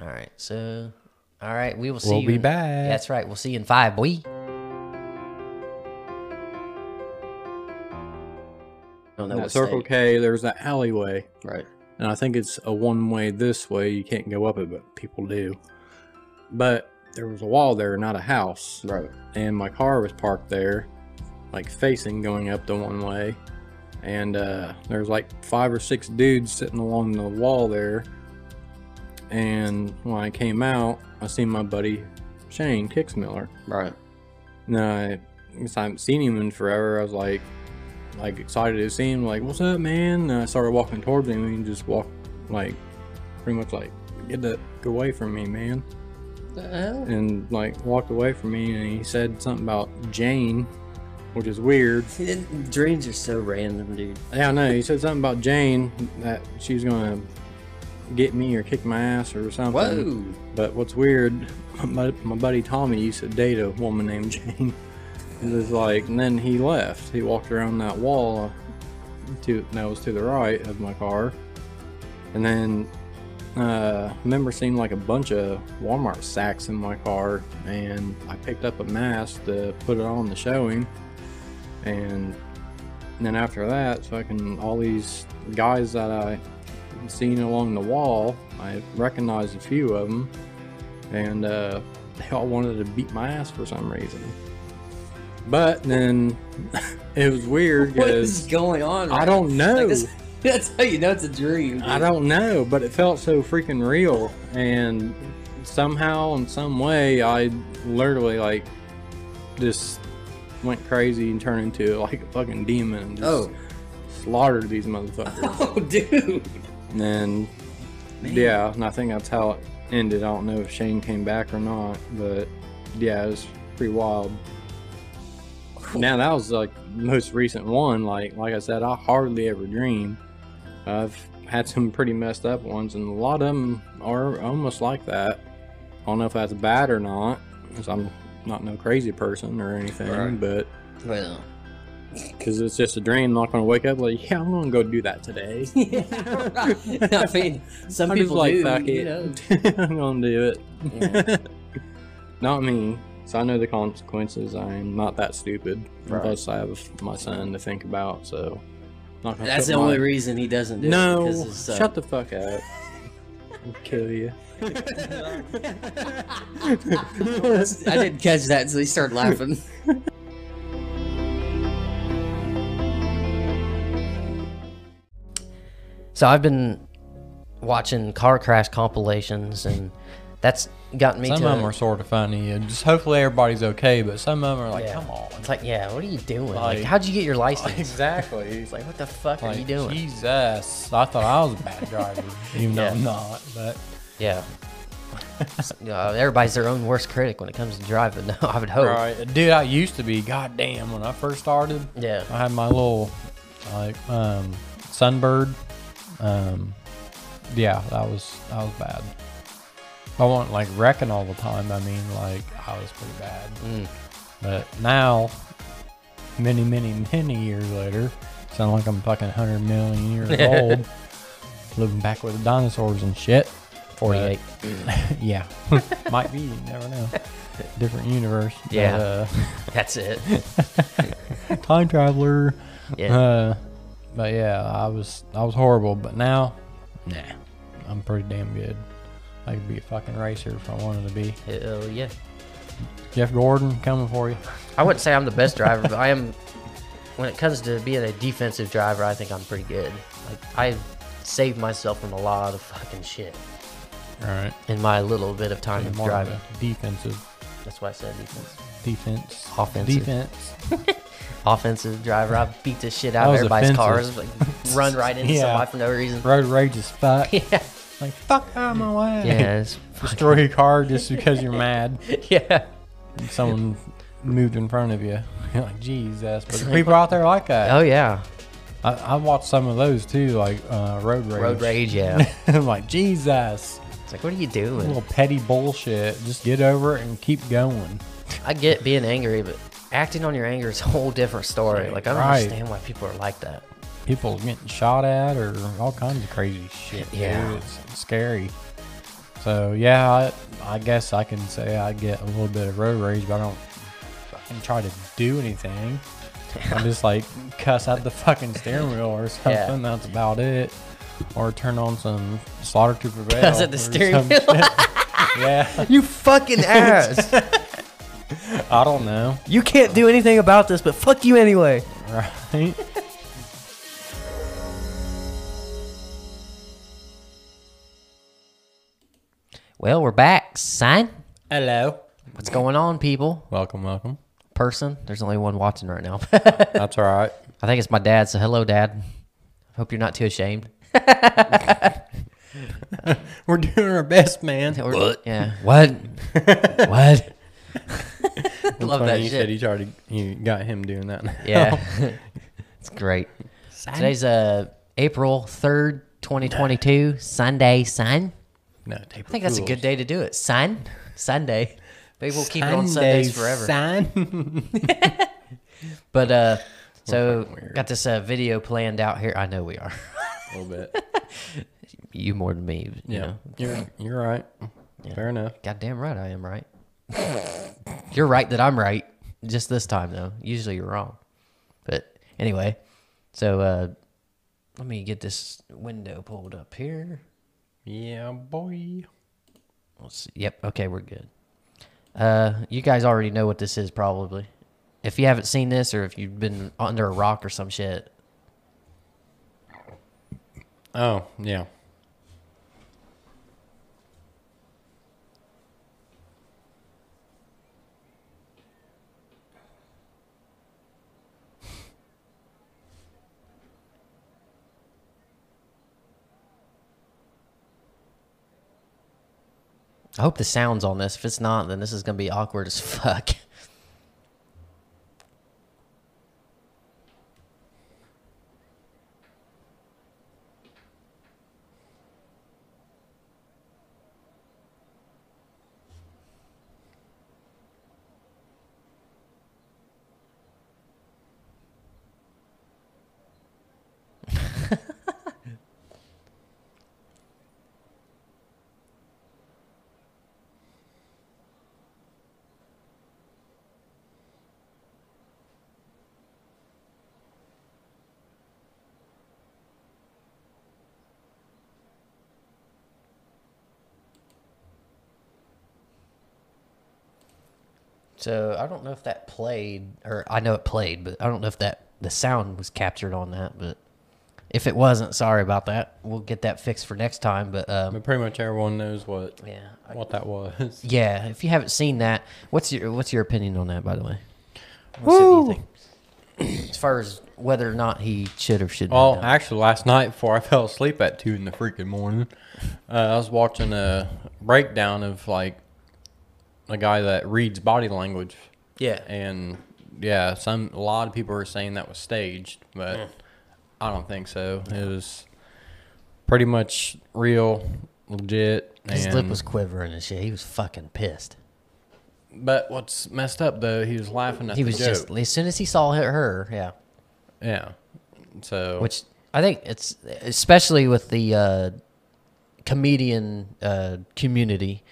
Speaker 1: All right, so all right, we will see.
Speaker 2: We'll
Speaker 1: you
Speaker 2: be
Speaker 1: in-
Speaker 2: back.
Speaker 1: Yeah, that's right. We'll see you in five, boy. don't know
Speaker 2: That
Speaker 1: what
Speaker 2: Circle
Speaker 1: state.
Speaker 2: K, there's that alleyway,
Speaker 1: Right.
Speaker 2: and I think it's a one way this way. You can't go up it, but people do. But there was a wall there, not a house,
Speaker 1: Right.
Speaker 2: and my car was parked there, like facing going up the one way. And uh, there's like five or six dudes sitting along the wall there. And when I came out, I seen my buddy Shane Kixmiller.
Speaker 3: Right.
Speaker 2: No, I guess I haven't seen him in forever. I was like, like excited to see him. Like, what's up, man? And I started walking towards him, and he just walked, like, pretty much like, get the get away from me, man. And like walked away from me, and he said something about Jane, which is weird.
Speaker 3: Dreams are so random, dude.
Speaker 2: Yeah, I know. He said something about Jane that she's gonna get me or kick my ass or something.
Speaker 3: Whoa.
Speaker 2: But what's weird, my, my buddy Tommy used to date a woman named Jane. It was like, and then he left. He walked around that wall to that was to the right of my car, and then uh, I remember seeing like a bunch of Walmart sacks in my car, and I picked up a mask to put it on to show him, and then after that, fucking all these guys that I seen along the wall. I recognized a few of them, and uh, they all wanted to beat my ass for some reason. But then it was weird
Speaker 3: What is
Speaker 2: because
Speaker 3: going on?
Speaker 2: I
Speaker 3: right
Speaker 2: don't
Speaker 3: now?
Speaker 2: know.
Speaker 3: Like, that's, that's how you know it's a dream. Dude.
Speaker 2: I don't know, but it felt so freaking real, and somehow, in some way, I literally like just went crazy and turned into like a fucking demon and just
Speaker 3: Oh.
Speaker 2: slaughtered these motherfuckers.
Speaker 3: Oh, dude.
Speaker 2: And then,
Speaker 3: Man.
Speaker 2: yeah, and I think that's how it ended. I don't know if Shane came back or not, but yeah, it was pretty wild. Now that was like the most recent one. Like like I said, I hardly ever dream. I've had some pretty messed up ones, and a lot of them are almost like that. I don't know if that's bad or not, because I'm not no crazy person or anything,
Speaker 3: Right.
Speaker 2: but
Speaker 3: Well.
Speaker 2: because it's just a dream, I'm not going to wake up like, yeah, I'm going to go do that today.
Speaker 3: Yeah, right. I mean, some
Speaker 2: I'm just
Speaker 3: people
Speaker 2: like,
Speaker 3: do.
Speaker 2: fuck
Speaker 3: you
Speaker 2: it.
Speaker 3: know.
Speaker 2: I'm gonna do it.
Speaker 3: Yeah.
Speaker 2: Not me. So I know the consequences. I'm not that stupid.
Speaker 3: Right.
Speaker 2: Plus, I have my son to think about, so not gonna
Speaker 3: That's
Speaker 2: put
Speaker 3: the only
Speaker 2: my-
Speaker 3: reason he doesn't do it.
Speaker 2: No,
Speaker 3: because uh, his
Speaker 1: uh,
Speaker 3: son.
Speaker 2: shut the fuck up. I'll kill you.
Speaker 3: I didn't catch that, so he started laughing.
Speaker 1: So I've been watching car crash compilations, and that's gotten me
Speaker 2: Some
Speaker 1: to.
Speaker 2: of them are sort of funny. and Just hopefully everybody's okay, but some of them are like,
Speaker 1: Yeah.
Speaker 2: come on.
Speaker 1: It's like, yeah, what are you doing? Like,
Speaker 2: Like-
Speaker 1: how'd you get your license?
Speaker 2: Exactly. It's
Speaker 1: Like, what the fuck are you
Speaker 2: like,
Speaker 1: doing?
Speaker 2: Jesus. I thought I was a bad driver, even though I'm
Speaker 1: Yeah.
Speaker 2: not. But
Speaker 1: Yeah. So, you know, everybody's their own worst critic when it comes to driving. No, I would hope.
Speaker 2: Right. Dude, I used to be, goddamn, when I first started.
Speaker 1: Yeah.
Speaker 2: I had my little, like, um, sunbird. Um, yeah, that was, that was bad. I wasn't, like, wrecking all the time. I mean, like, I was pretty bad.
Speaker 1: Mm.
Speaker 2: But now, many, many, many years later, sound like I'm fucking 100 million years old, living back with the dinosaurs and shit.
Speaker 1: Forty-eight.
Speaker 2: Yeah. Might be, you never know. Different universe. but,
Speaker 1: Yeah.
Speaker 2: uh,
Speaker 1: That's it.
Speaker 2: time traveler.
Speaker 1: Yeah.
Speaker 2: Uh, but yeah, I was I was horrible, but now, nah, I'm pretty damn good. I could be a fucking racer if I wanted to be.
Speaker 1: Hell yeah.
Speaker 2: Jeff Gordon coming for you.
Speaker 1: I wouldn't say I'm the best driver, but I am. When it comes to being a defensive driver, I think I'm pretty good. Like I saved myself from a lot of fucking shit.
Speaker 2: All right.
Speaker 1: in my little bit of time of
Speaker 2: More of
Speaker 1: driving.
Speaker 2: a defensive.
Speaker 1: That's why I said defense.
Speaker 2: Defense.
Speaker 1: Offensive.
Speaker 2: Defense.
Speaker 1: Offensive driver, I beat the shit out of
Speaker 2: was
Speaker 1: everybody's
Speaker 2: offensive.
Speaker 1: cars, like run right into
Speaker 2: Yeah.
Speaker 1: somebody for no reason.
Speaker 2: Road rage is fuck.
Speaker 1: Yeah,
Speaker 2: Like, fuck out of my way.
Speaker 1: yeah, it's,
Speaker 2: Destroy your car just because you're mad.
Speaker 1: yeah.
Speaker 2: and Someone moved in front of you. You're like, Jesus. But there's people out there like that.
Speaker 1: Oh yeah,
Speaker 2: I, I watched some of those too, like uh, road rage.
Speaker 1: Oh. road rage. Yeah,
Speaker 2: I'm like, Jesus.
Speaker 1: it's like what are you doing?
Speaker 2: Little petty bullshit. Just get over it and keep going.
Speaker 1: I get being angry, but acting on your anger is a whole different story. Like I don't
Speaker 2: Right.
Speaker 1: understand why people are like that.
Speaker 2: People getting shot at or all kinds of crazy shit.
Speaker 1: Yeah.
Speaker 2: Dude. It's scary. So, yeah, I, I guess I can say I get a little bit of road rage, but I don't fucking try to do anything. I'm just like cuss out the fucking steering wheel or something.
Speaker 1: Yeah.
Speaker 2: That's about it. Or turn on some slaughter trooper bell.
Speaker 1: Cuss at the
Speaker 2: or
Speaker 1: steering
Speaker 2: some
Speaker 1: wheel.
Speaker 2: shit. yeah,
Speaker 1: You fucking ass!
Speaker 2: I don't know.
Speaker 1: you can't do anything about this, but fuck you anyway.
Speaker 2: Right?
Speaker 1: Well, we're back, son.
Speaker 2: Hello.
Speaker 1: What's going on, people?
Speaker 2: Welcome, welcome.
Speaker 1: Person, there's only one watching right now.
Speaker 2: That's all right.
Speaker 1: I think it's my dad. So hello, dad. Hope you're not too ashamed.
Speaker 2: We're doing our best, man.
Speaker 1: Or- Yeah. What? what? Love
Speaker 2: Funny
Speaker 1: that
Speaker 2: you
Speaker 1: shit.
Speaker 2: said you tried to, you got him doing that. now.
Speaker 1: Yeah. it's great. Today's uh April third, twenty twenty two, Sunday, son.
Speaker 2: no, tape
Speaker 1: I think that's a good day to do it. Sun, Sunday. Maybe we'll keep it on Sundays forever. But uh, so
Speaker 2: fucking weird.
Speaker 1: got this uh, video planned out here. I know we are.
Speaker 2: a little bit.
Speaker 1: you more than me. You
Speaker 2: Yeah,
Speaker 1: know.
Speaker 2: you're you're right. Fair enough.
Speaker 1: Goddamn right, I am right. you're right that I'm right. Just this time though. Usually you're wrong. But anyway, so uh, let me get this window pulled up here.
Speaker 2: Yeah, boy.
Speaker 1: Let's see. Yep. Okay, we're good. Uh, you guys already know what this is, probably. If you haven't seen this, or if you've been under a rock or some shit,
Speaker 2: Oh yeah.
Speaker 1: I hope the sound's on this. If it's not, then this is gonna be awkward as fuck. So I don't know if that played, or I know it played, but I don't know if that the sound was captured on that. But if it wasn't, sorry about that. We'll get that fixed for next time. But um,
Speaker 2: But pretty much everyone knows what
Speaker 1: yeah, I-
Speaker 2: what that was.
Speaker 1: yeah. If you haven't seen that, what's your what's your opinion on that? By the way,
Speaker 2: Woo!
Speaker 1: as far as whether or not he should or shouldn't. have
Speaker 2: Well,
Speaker 1: done it.
Speaker 2: Oh, actually, last night before I fell asleep at two in the freaking morning, uh, I was watching a breakdown of like a guy that reads body language,
Speaker 1: yeah.
Speaker 2: and yeah, some a lot of people are saying that was staged, but I don't think so. It was pretty much real, legit.
Speaker 1: His
Speaker 2: and,
Speaker 1: lip was quivering and shit. He was fucking pissed.
Speaker 2: But what's messed up though, he was laughing at
Speaker 1: he
Speaker 2: the
Speaker 1: was
Speaker 2: joke.
Speaker 1: just as soon as he saw her, her, yeah.
Speaker 2: yeah. So
Speaker 1: Which I think it's especially with the uh, comedian uh, community,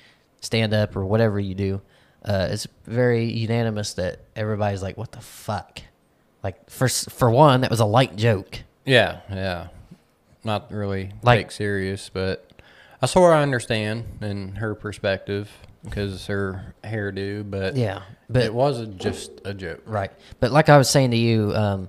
Speaker 1: stand up or whatever you do. Uh, it's very unanimous that everybody's like, "What the fuck?" Like for s- for one, that was a light joke.
Speaker 2: Yeah, yeah. Not really
Speaker 1: Like-
Speaker 2: like serious, but I sort of understand in her perspective because her hairdo, but
Speaker 1: Yeah, but
Speaker 2: it was a, just a joke.
Speaker 1: Right. But like I was saying to you, um,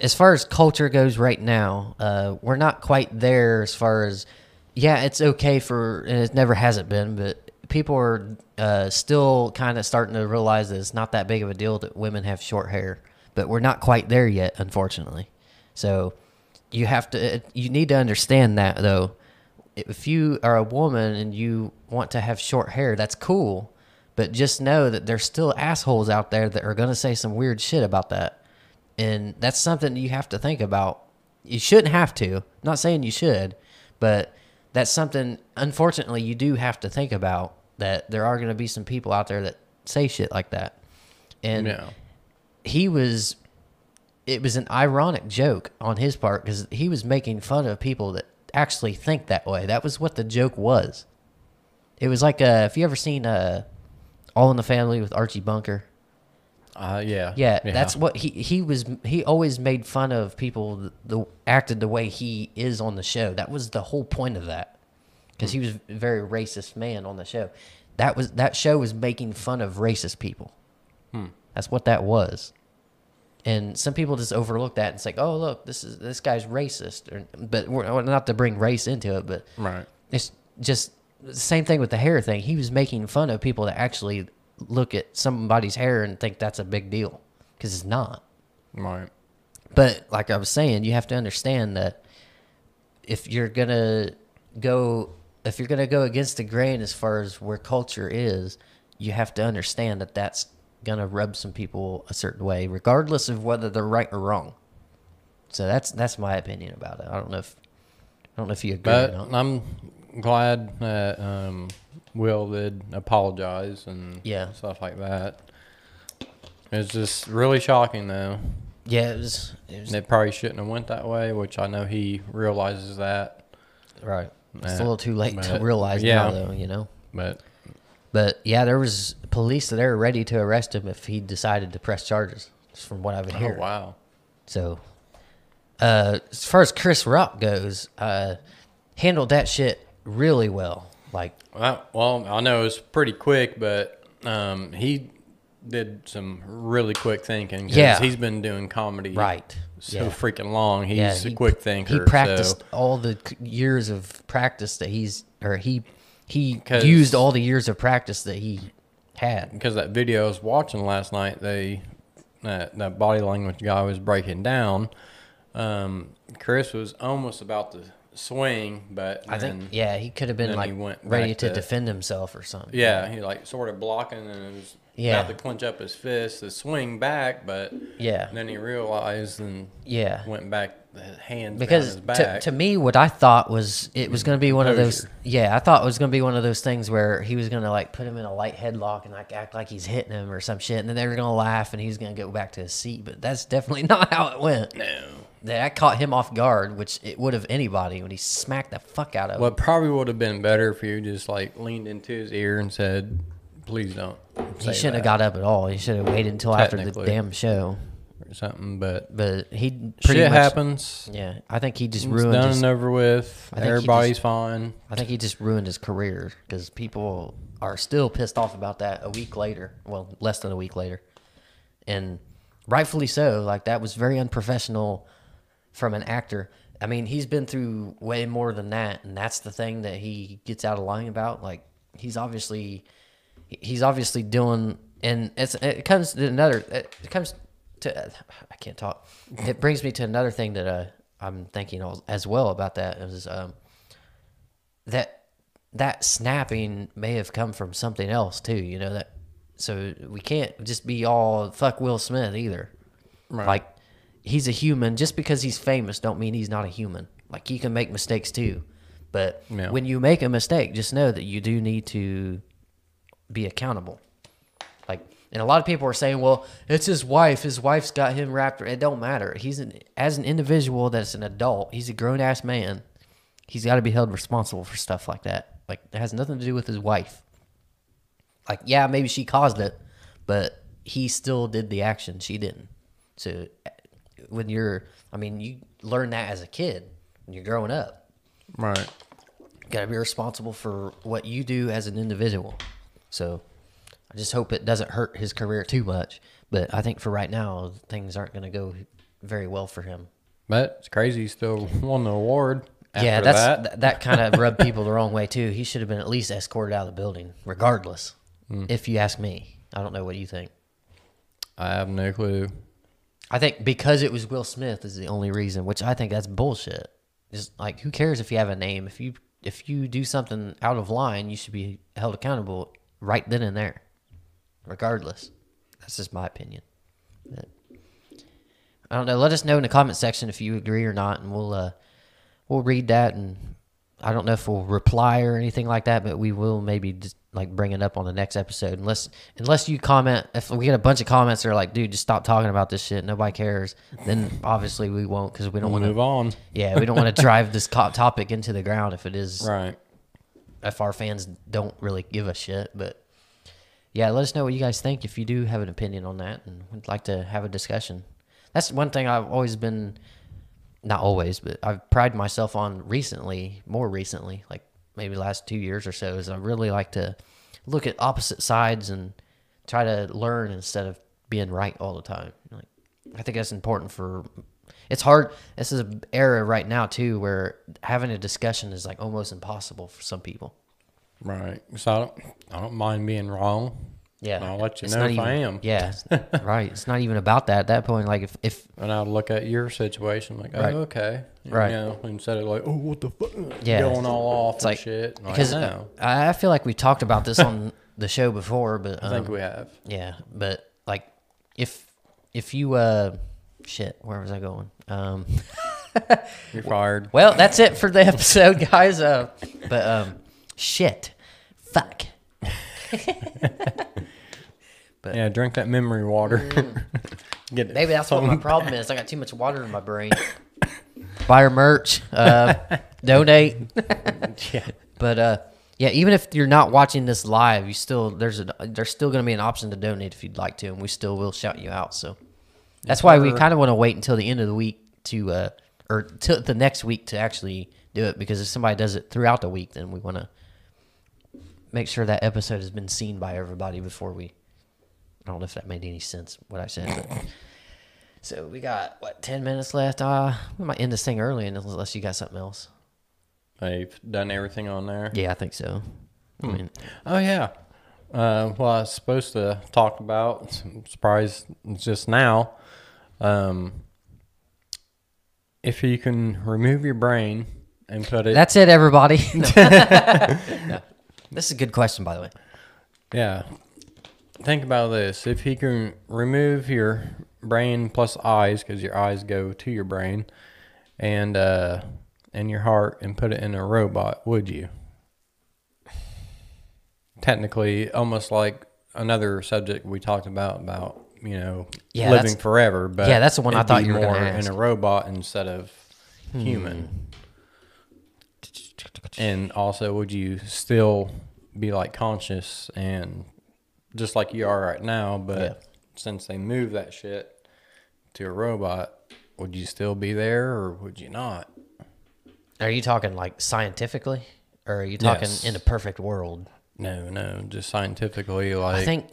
Speaker 1: as far as culture goes right now, uh, we're not quite there as far as yeah, it's okay for, and it never hasn't been, but people are uh, still kind of starting to realize that it's not that big of a deal that women have short hair, but we're not quite there yet, unfortunately. So you have to, it- you need to understand that though. If you are a woman and you want to have short hair, that's cool, but just know that there's still assholes out there that are going to say some weird shit about that. And that's something you have to think about. You shouldn't have to. I'm not saying you should, but that's something unfortunately you do have to think about that there are going to be some people out there that say shit like that. And
Speaker 2: Yeah.
Speaker 1: he was it was an ironic joke on his part cuz he was making fun of people that actually think that way. That was what the joke was. It was like uh if you ever seen uh All in the Family with Archie Bunker.
Speaker 2: Uh, yeah.
Speaker 1: Yeah, that's what he he was. He always made fun of people that the, acted the way he is on the show. That was the whole point of that, because he was a very racist man on the show. That was that show was making fun of racist people. That's what that was, and some people just overlook that and say, "Oh, look, this is this guy's racist." Or, but we're, not to bring race into it, but
Speaker 2: right.
Speaker 1: it's just the same thing with the hair thing. He was making fun of people that actually look at somebody's hair and think that's a big deal because it's not.
Speaker 2: Right.
Speaker 1: But like I was saying, you have to understand that if you're gonna go if you're gonna go against the grain as far as where culture is, you have to understand that that's gonna rub some people a certain way, regardless of whether they're right or wrong. So that's that's my opinion about it. I don't know if I don't know if you agree or not.
Speaker 2: But I'm glad that um, Will did apologize and
Speaker 1: Yeah.
Speaker 2: stuff like that. It's just really shocking though.
Speaker 1: Yeah, it was, it was
Speaker 2: And it probably shouldn't have went that way, which I know he realizes that.
Speaker 1: Right. It's a
Speaker 2: Yeah.
Speaker 1: little too late to
Speaker 2: But-
Speaker 1: realize now,
Speaker 2: yeah.
Speaker 1: though, you know.
Speaker 2: But
Speaker 1: But yeah, there was police that are ready to arrest him if he decided to press charges, just from what I've been hearing.
Speaker 2: oh wow,
Speaker 1: So, uh, as far as Chris Rock goes, uh, handled that shit really well. Like,
Speaker 2: well, well I know it's pretty quick, but um, he did some really quick thinking. 'cause
Speaker 1: Yeah.
Speaker 2: he's been doing comedy
Speaker 1: right.
Speaker 2: so
Speaker 1: yeah.
Speaker 2: freaking long. He's
Speaker 1: yeah,
Speaker 2: a quick thinker.
Speaker 1: He practiced
Speaker 2: so-
Speaker 1: all the c- years of practice that he's, or he, he
Speaker 2: 'Cause-
Speaker 1: used all the years of practice that he had.
Speaker 2: because that video I was watching last night, they that, that body language guy was breaking down. Um, Chris was almost about to swing, but
Speaker 1: I
Speaker 2: then,
Speaker 1: think, yeah, he could have been
Speaker 2: then
Speaker 1: like
Speaker 2: he went
Speaker 1: ready
Speaker 2: back
Speaker 1: to
Speaker 2: to-
Speaker 1: defend himself or something.
Speaker 2: yeah, he like sort of blocking and was
Speaker 1: Yeah.
Speaker 2: about to clench up his fist to swing back, but
Speaker 1: Yeah.
Speaker 2: then he realized and
Speaker 1: Yeah.
Speaker 2: went back the hands
Speaker 1: because
Speaker 2: down his
Speaker 1: to,
Speaker 2: back.
Speaker 1: to me what i thought was it was going to be one of those
Speaker 2: Composure.
Speaker 1: yeah i thought it was going to be one of those things where he was going to like put him in a light headlock and like act like he's hitting him or some shit and then they were going to laugh and he was going to go back to his seat but that's definitely not how it went
Speaker 2: no.
Speaker 1: that caught him off guard which it would have anybody when he smacked the fuck out of him
Speaker 2: What probably would have been better if you just like leaned into his ear and said, "Please don't."
Speaker 1: he shouldn't have got up at all he should have waited until after the
Speaker 2: Technically.
Speaker 1: damn show
Speaker 2: got something, but
Speaker 1: but he pretty
Speaker 2: shit
Speaker 1: much
Speaker 2: happens.
Speaker 1: yeah i think he just
Speaker 2: It's
Speaker 1: ruined
Speaker 2: done
Speaker 1: his
Speaker 2: and over with.
Speaker 1: I think he
Speaker 2: Everybody's
Speaker 1: just-
Speaker 2: fine.
Speaker 1: I think he just ruined his career because people are still pissed off about that a week later. Well, less than a week later. And rightfully so. Like, that was very unprofessional from an actor. I mean, he's been through way more than that. And that's the thing that he gets out of line about. Like, he's obviously. He's obviously doing, and it's, it comes to another. It comes to I can't talk. It brings me to another thing that uh, I'm thinking as well about that is um, that that snapping may have come from something else too. You know that, so we can't just be all fuck Will Smith either.
Speaker 2: Right.
Speaker 1: Like he's a human. Just because he's famous, don't mean he's not a human. Like he can make mistakes too. But
Speaker 2: Yeah.
Speaker 1: when you make a mistake, just know that you do need to be accountable. Like, and a lot of people are saying, "Well, it's his wife. His wife's got him wrapped." It don't matter. He's an as an individual that's an adult. He's a grown ass man. He's got to be held responsible for stuff like that. Like, it has nothing to do with his wife. Like, yeah, maybe she caused it, but he still did the action. She didn't. So, when you're, I mean, you learn that as a kid when you're growing up
Speaker 2: Right.
Speaker 1: got to be responsible for what you do as an individual. So I just hope it doesn't hurt his career too much. But I think for right now, things aren't going to go very well for him.
Speaker 2: But it's crazy. He still won the award.
Speaker 1: yeah,
Speaker 2: after
Speaker 1: that's
Speaker 2: that.
Speaker 1: that, that, kind of rubbed people the wrong way too. He should have been at least escorted out of the building, regardless. If you ask me, I don't know what you think.
Speaker 2: I have no clue.
Speaker 1: I think because it was Will Smith is the only reason, which I think that's bullshit. Just like who cares if you have a name? If you if you do something out of line, you should be held accountable right then and there, regardless. That's just my opinion. But- I don't know. Let us know in the comment section if you agree or not, and we'll uh, we'll read that. And I don't know if we'll reply or anything like that, but we will maybe just like bring it up on the next episode, unless unless you comment. If we get a bunch of comments that are like, "Dude, just stop talking about this shit. Nobody cares," then obviously we won't because we don't
Speaker 2: We'll
Speaker 1: want to.
Speaker 2: move on.
Speaker 1: Yeah, we don't want to drive this co- topic into the ground if it is
Speaker 2: Right.
Speaker 1: if our fans don't really give a shit. But yeah, let us know what you guys think if you do have an opinion on that, and would like to have a discussion. That's one thing I've always been, not always, but I've prided myself on recently, more recently, like maybe last two years or so, is I really like to look at opposite sides and try to learn instead of being right all the time. Like, I think that's important for. It's hard. This is an era right now too where having a discussion is like almost impossible for some people.
Speaker 2: Right. So I don't, I don't mind being wrong.
Speaker 1: Yeah,
Speaker 2: I'll let you
Speaker 1: It's
Speaker 2: know
Speaker 1: not
Speaker 2: if I
Speaker 1: even-
Speaker 2: am.
Speaker 1: Yeah, it's- right. It's not even about that at that point. Like if if
Speaker 2: And I'd look at your situation like, oh,
Speaker 1: Right.
Speaker 2: okay. You
Speaker 1: Right.
Speaker 2: know, instead of like, oh, what the fuck?
Speaker 1: Yeah.
Speaker 2: Going all off
Speaker 1: It's
Speaker 2: and
Speaker 1: like-
Speaker 2: shit. Like,
Speaker 1: because
Speaker 2: no,
Speaker 1: I, I feel like we talked about this on the show before, but
Speaker 2: I
Speaker 1: um,
Speaker 2: think we have.
Speaker 1: yeah, but like if if you uh shit, where was I going? Um,
Speaker 2: You're fired.
Speaker 1: well, that's it for the episode, guys. Uh, but um, shit, fuck.
Speaker 2: Yeah, drink that memory water. Get it.
Speaker 1: Maybe that's what my problem is. I got too much water in my brain. Buy our merch. Uh, donate.
Speaker 2: Yeah.
Speaker 1: But uh, yeah, even if you're not watching this live, you still there's a there's still going to be an option to donate if you'd like to, and we still will shout you out. So that's why we
Speaker 2: sir.
Speaker 1: kind of want to wait until the end of the week to uh, or till the next week to actually do it because if somebody does it throughout the week, then we want to make sure that episode has been seen by everybody before we. I don't know if that made any sense what I said. But. So we got what ten minutes left. Uh, we might end this thing early unless you got something else.
Speaker 2: They've done everything on there.
Speaker 1: Yeah, I think so. I mean,
Speaker 2: Oh, yeah. Uh, well, I was supposed to talk about, I'm surprised just now. Um, if you can remove your brain and put it
Speaker 1: That's it, everybody. No. This is a good question, by the way.
Speaker 2: Yeah. Think about this. If he can remove your brain plus eyes, because your eyes go to your brain, and uh, and your heart, and put it in a robot, would you? Technically, almost like another subject we talked about about you know
Speaker 1: Yeah,
Speaker 2: living
Speaker 1: that's-
Speaker 2: forever. But
Speaker 1: yeah, that's the one I
Speaker 2: it'd
Speaker 1: thought
Speaker 2: be
Speaker 1: you were gonna
Speaker 2: more
Speaker 1: ask. Hmm.
Speaker 2: in a robot instead of human. And also, would you still be like conscious and just like you are right now? But since they move that shit to a robot, would you still be there or would you not?
Speaker 1: Are you talking like scientifically, or are you talking
Speaker 2: Yes.
Speaker 1: in a perfect world?
Speaker 2: No, no, just scientifically. Like
Speaker 1: I think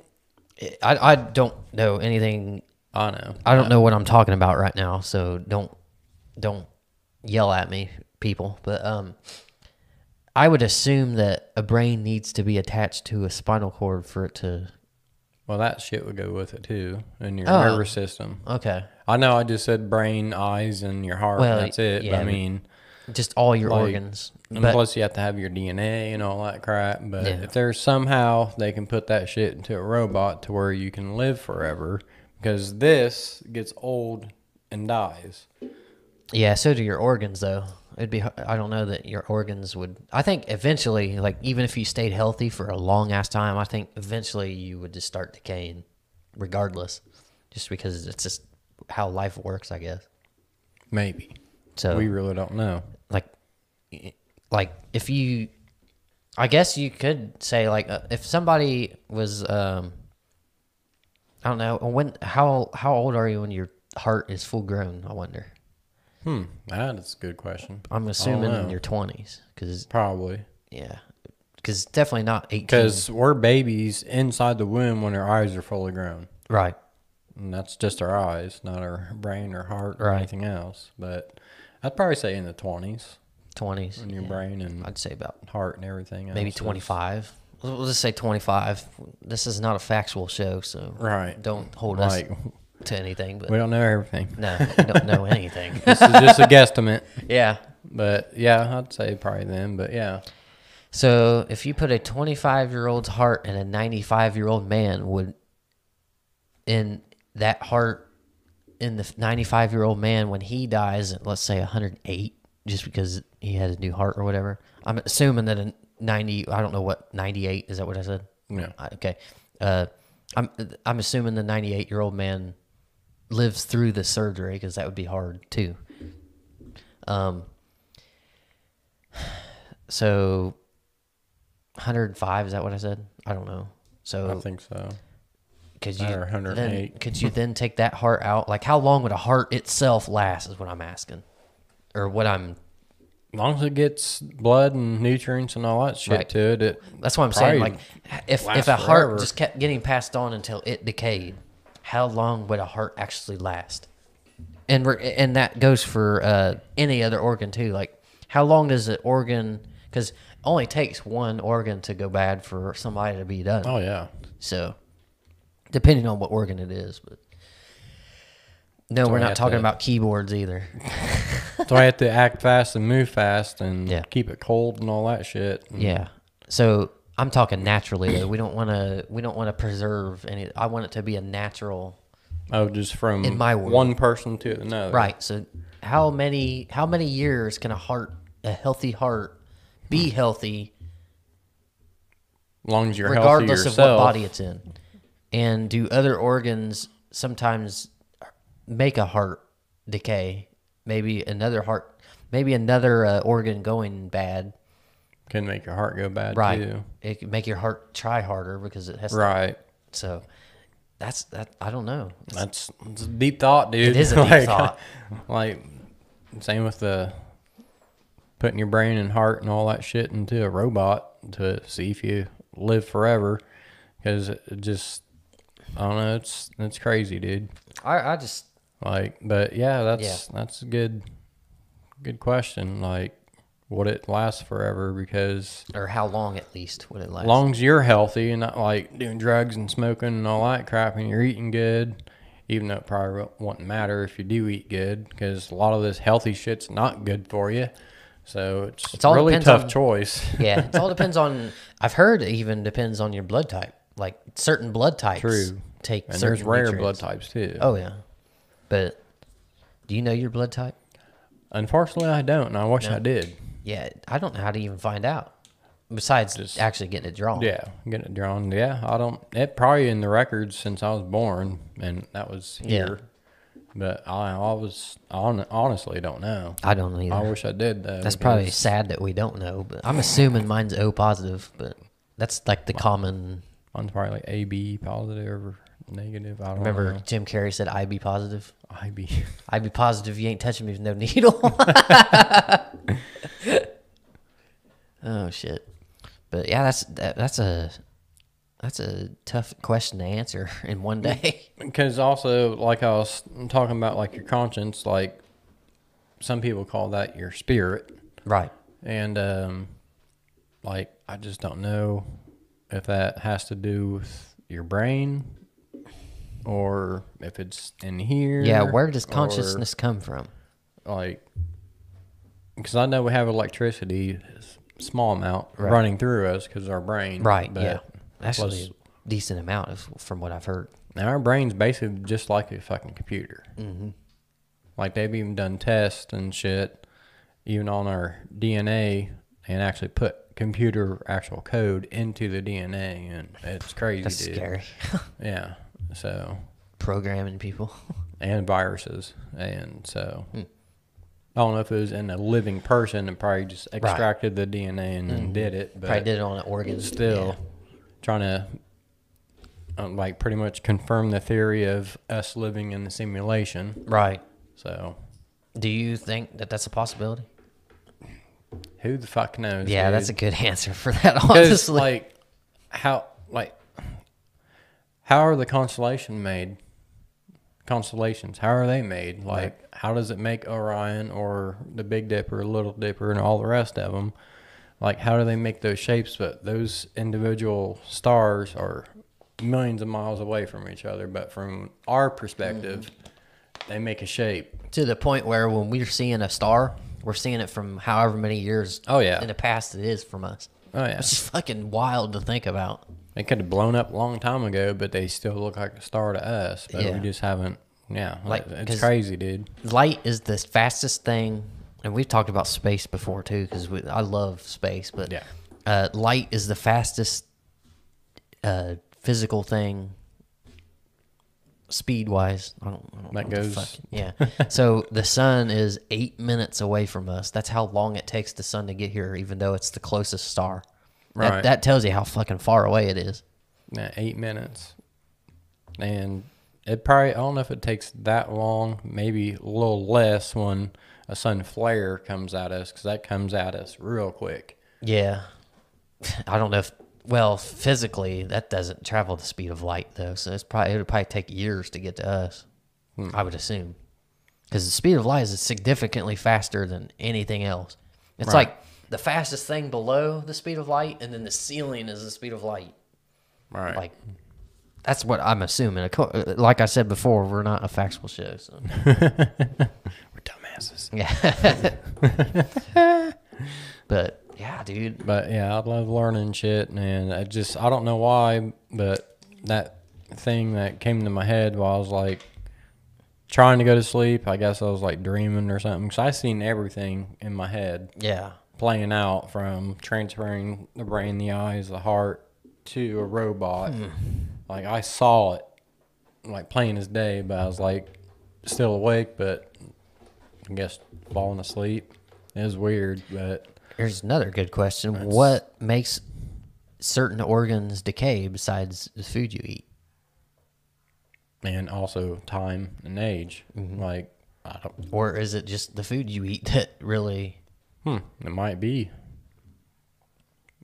Speaker 1: I, I don't know anything.
Speaker 2: I know.
Speaker 1: I don't know what I'm talking about right now, so don't don't yell at me, people. But um, I would assume that a brain needs to be attached to a spinal cord for it to.
Speaker 2: Well, that shit would go with it too, and your
Speaker 1: Oh.
Speaker 2: nervous system.
Speaker 1: Okay,
Speaker 2: I know. I just said brain, eyes, and your heart.
Speaker 1: Well,
Speaker 2: that's it.
Speaker 1: yeah,
Speaker 2: but I
Speaker 1: but-
Speaker 2: mean,
Speaker 1: just all your
Speaker 2: Like,
Speaker 1: organs.
Speaker 2: And
Speaker 1: But
Speaker 2: plus, you have to have your DNA and all that crap. But
Speaker 1: Yeah.
Speaker 2: if there's somehow they can put that shit into a robot to where you can live forever, because this gets old and dies.
Speaker 1: Yeah, so do your organs though. It'd be I don't know that your organs would I think eventually like even if you stayed healthy for a long ass time, I think eventually you would just start decaying regardless just because it's just how life works, I guess.
Speaker 2: Maybe.
Speaker 1: So
Speaker 2: we really don't know.
Speaker 1: like like if you i guess you could say like uh, if somebody was um i don't know when how how old are you when your heart is full grown i wonder
Speaker 2: Hmm. That is a good question.
Speaker 1: i'm assuming in
Speaker 2: know.
Speaker 1: your 20s because
Speaker 2: Probably.
Speaker 1: Yeah, because definitely not eighteen.
Speaker 2: Because we're babies inside the womb when our eyes are fully grown.
Speaker 1: right,
Speaker 2: And that's just our eyes, not our brain or heart or
Speaker 1: Right.
Speaker 2: anything else. But I'd probably say in the 20s.
Speaker 1: twenties.
Speaker 2: in your brain and
Speaker 1: I'd say about
Speaker 2: heart and everything.
Speaker 1: maybe
Speaker 2: else is-
Speaker 1: 25 we'll we'll just say 25 this is not a factual show so
Speaker 2: Right.
Speaker 1: don't hold
Speaker 2: Like
Speaker 1: us to anything but
Speaker 2: we don't know everything.
Speaker 1: no we don't know anything
Speaker 2: this is just a guesstimate,
Speaker 1: yeah
Speaker 2: but yeah, I'd say probably then. But yeah,
Speaker 1: so if you put a 25 year old's heart in a 95 year old man would in that heart in the 95 year old man when he dies at let's say 108 just because he had a new heart or whatever i'm assuming that a 90 i don't know what 98 is that what i said
Speaker 2: yeah,
Speaker 1: I- okay. Uh, I'm I'm assuming the 98 year old man lives through the surgery because that would be hard too. Um. So, 105 is that what I said? I don't know.
Speaker 2: I
Speaker 1: So
Speaker 2: think so.
Speaker 1: could you
Speaker 2: or 108.
Speaker 1: then- could you then take that heart out? Like how long would a heart itself last? Is what I'm asking, or what I'm.
Speaker 2: As long as it gets blood and nutrients and all that shit
Speaker 1: Right.
Speaker 2: to it, it
Speaker 1: That's what I'm saying.
Speaker 2: Probably
Speaker 1: Like if if
Speaker 2: lasts
Speaker 1: a heart
Speaker 2: forever.
Speaker 1: just kept getting passed on until it decayed, how long would a heart actually last? and we're and that goes for uh, any other organ too. Like, how long does an organ? Because only takes one organ to go bad for somebody to be done.
Speaker 2: oh yeah,
Speaker 1: So, depending on what organ it is, but no, we're
Speaker 2: we
Speaker 1: not
Speaker 2: have
Speaker 1: talking
Speaker 2: to- Mm-hmm.
Speaker 1: about keyboards either.
Speaker 2: so I have to act fast and move fast and
Speaker 1: Yeah.
Speaker 2: keep it cold and all that shit. And
Speaker 1: Yeah. So I'm talking naturally though. We don't want to. We don't want to preserve any. I want it to be a natural.
Speaker 2: Oh, just from
Speaker 1: In my world.
Speaker 2: one person to another.
Speaker 1: Right. So how many how many years can a heart a healthy heart be healthy
Speaker 2: As long as you're
Speaker 1: regardless
Speaker 2: healthy
Speaker 1: of
Speaker 2: yourself.
Speaker 1: what body it's in? And do other organs sometimes make a heart decay? Maybe another heart, maybe another uh, organ going bad.
Speaker 2: can make your heart go bad
Speaker 1: Right.
Speaker 2: too.
Speaker 1: It could make your heart try harder because it has to.
Speaker 2: Right.
Speaker 1: So that's that. I don't know.
Speaker 2: That's, it's a deep thought, dude.
Speaker 1: It is a deep
Speaker 2: Like-
Speaker 1: thought.
Speaker 2: Like same with the putting your brain and heart and all that shit into a robot to see if you live forever. Because it just I don't know. It's it's crazy, dude.
Speaker 1: I, I just
Speaker 2: Like, but yeah, that's that's a good good question. Like, would it last forever? Because
Speaker 1: or how long at least would it last?
Speaker 2: as long as you're healthy and not like doing drugs and smoking and all that crap and you're eating good even though it probably won't- won't matter if you do eat good because a lot of this healthy shit's not good for you so it's,
Speaker 1: all
Speaker 2: really
Speaker 1: depends
Speaker 2: tough
Speaker 1: on-
Speaker 2: choice
Speaker 1: yeah, it all depends on. I've heard it even depends on your blood type. Like certain blood types
Speaker 2: True.
Speaker 1: take
Speaker 2: and
Speaker 1: certain
Speaker 2: there's rare blood
Speaker 1: nutrients.
Speaker 2: types too
Speaker 1: Oh yeah, but do you know your blood type?
Speaker 2: unfortunately i don't and i wish i did
Speaker 1: Yeah, I don't know how to even find out. Besides actually getting it drawn.
Speaker 2: yeah getting it drawn yeah i don't it probably in the records since i was born and that was
Speaker 1: Yeah.
Speaker 2: here but i always hon- honestly don't know
Speaker 1: I don't either.
Speaker 2: i wish i did though
Speaker 1: that's probably
Speaker 2: because-
Speaker 1: sad that we don't know. But I'm assuming mine's O positive, but that's like the common.
Speaker 2: Mine's probably like AB positive or negative. I don't
Speaker 1: Remember,
Speaker 2: know.
Speaker 1: Jim Carrey said IB positive.
Speaker 2: IB.
Speaker 1: I'd be positive you ain't touching me with no needle. oh shit! But yeah, that's that, that's a that's a tough question to answer in one day.
Speaker 2: Because also, like I was talking about, like your conscience, like some people call that your spirit,
Speaker 1: right.
Speaker 2: and um, like I just don't know if that has to do with your brain or if it's in here.
Speaker 1: Yeah. Where does
Speaker 2: or,
Speaker 1: consciousness come from?
Speaker 2: like? Because I know we have electricity, s- small amount running through us because our brain.
Speaker 1: Right.
Speaker 2: but
Speaker 1: yeah. Actually,
Speaker 2: let's-
Speaker 1: a decent amount of, from what I've heard.
Speaker 2: Now our brain's basically just like a fucking computer. Mm-hmm. Like they've even done tests and shit, even on our DNA, and actually put computer actual code into the DNA, and it's crazy.
Speaker 1: That's
Speaker 2: dude.
Speaker 1: scary.
Speaker 2: Yeah. So
Speaker 1: Programming people.
Speaker 2: and viruses, and so
Speaker 1: Hmm.
Speaker 2: I don't know if it was in a living person and probably just extracted the DNA and then did it, but
Speaker 1: Mm-hmm. Probably did it on an organ.
Speaker 2: still trying to um, like pretty much confirm the theory of us living in the simulation.
Speaker 1: Yeah. Right.
Speaker 2: So
Speaker 1: Do you think that that's a possibility?
Speaker 2: who the fuck knows?
Speaker 1: Yeah,
Speaker 2: dude?
Speaker 1: that's a good answer for that.
Speaker 2: 'Cause,
Speaker 1: Honestly,
Speaker 2: like how like how are the constellation made? constellations? How are they made? Like, how does it make Orion or the Big Dipper, Little Dipper, and all the rest of them? Like, how do they make those shapes? But those individual stars are millions of miles away from each other. But from our perspective, they make a shape.
Speaker 1: to the point where when we're seeing a star, we're seeing it from however many years.
Speaker 2: Oh, yeah.
Speaker 1: in the past it is from us.
Speaker 2: Oh, yeah.
Speaker 1: It's just fucking wild to think about.
Speaker 2: They could have blown up a long time ago, but they still look like a star to us. But
Speaker 1: Yeah.
Speaker 2: we just haven't. Yeah,
Speaker 1: Like,
Speaker 2: like
Speaker 1: 'cause-
Speaker 2: it's crazy, dude.
Speaker 1: Light is the fastest thing, and we've talked about space before too, because I love space. But
Speaker 2: Yeah.
Speaker 1: uh, light is the fastest uh, physical thing, speed wise. I don't. I don't know what
Speaker 2: That
Speaker 1: the
Speaker 2: goes-
Speaker 1: fuck- Yeah. so the sun is eight minutes away from us. That's how long it takes the sun to get here, even though it's the closest star. That,
Speaker 2: Right.
Speaker 1: that tells you how fucking far away it is.
Speaker 2: Yeah, eight minutes, and it probably I don't know if it takes that long. Maybe a little less when a sun flare comes at us, because that comes at us real quick.
Speaker 1: Yeah. I don't know if well, physically that doesn't travel the speed of light though, so it's probably it would probably take years to get to us. I would assume. Cuz the speed of light is significantly faster than anything else. It's
Speaker 2: Right.
Speaker 1: like the fastest thing below the speed of light and then the ceiling is the speed of light.
Speaker 2: Right.
Speaker 1: Like that's what I'm assuming. Of cour- Like I said before, we're not a factual show. So.
Speaker 2: we're dumbasses.
Speaker 1: Yeah. but yeah, dude.
Speaker 2: But yeah, I love learning shit, and I just I don't know why, but that thing that came to my head while I was like trying to go to sleep. I guess I was like dreaming or something, because I seen everything in my head
Speaker 1: Yeah.
Speaker 2: playing out from transferring the brain, the eyes, the heart to a robot. Like I saw it, like plain as day, but I was like still awake, but I guess falling asleep. It was weird, but
Speaker 1: Here's another good question. what makes certain organs decay besides the food you eat?
Speaker 2: and also time and age. Like I don't,
Speaker 1: Or is it just the food you eat that really
Speaker 2: hmm, it might be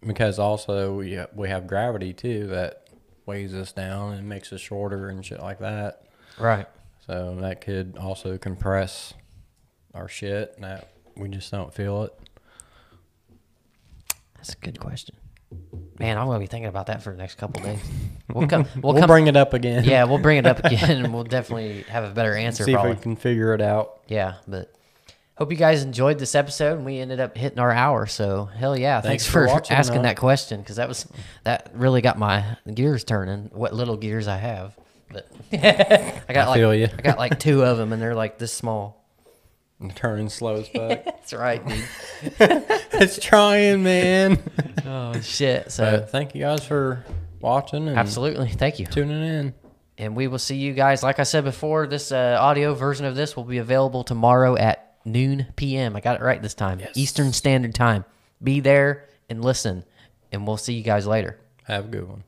Speaker 2: because also we ha- we have gravity too that weighs us down and makes us shorter and shit like that.
Speaker 1: Right.
Speaker 2: So that could also compress our shit. and That we just don't feel it.
Speaker 1: That's a good question. Man, I'm gonna be thinking about that for the next couple days. We'll come we'll,
Speaker 2: We'll
Speaker 1: come
Speaker 2: bring it up again.
Speaker 1: Yeah, we'll bring it up again and we'll definitely have a better answer
Speaker 2: See
Speaker 1: probably.
Speaker 2: if we can figure it out.
Speaker 1: Yeah, but hope you guys enjoyed this episode. and We ended up hitting our hour, so hell yeah! Thanks,
Speaker 2: Thanks
Speaker 1: for,
Speaker 2: for watching,
Speaker 1: asking
Speaker 2: huh?
Speaker 1: that question because that was that really got my gears turning. What little gears I have, but I got
Speaker 2: I feel
Speaker 1: like
Speaker 2: ya.
Speaker 1: I got like two of them, and they're like this small.
Speaker 2: I'm turning slow as fuck.
Speaker 1: That's right, dude.
Speaker 2: it's trying, man.
Speaker 1: oh shit! So
Speaker 2: But thank you guys for watching and
Speaker 1: absolutely, thank you.
Speaker 2: tuning in.
Speaker 1: and we will see you guys. Like I said before, this uh, audio version of this will be available tomorrow at noon p.m. I got it right this time, Eastern Standard Time. Be there and listen, and we'll see you guys later.
Speaker 2: Have a good one.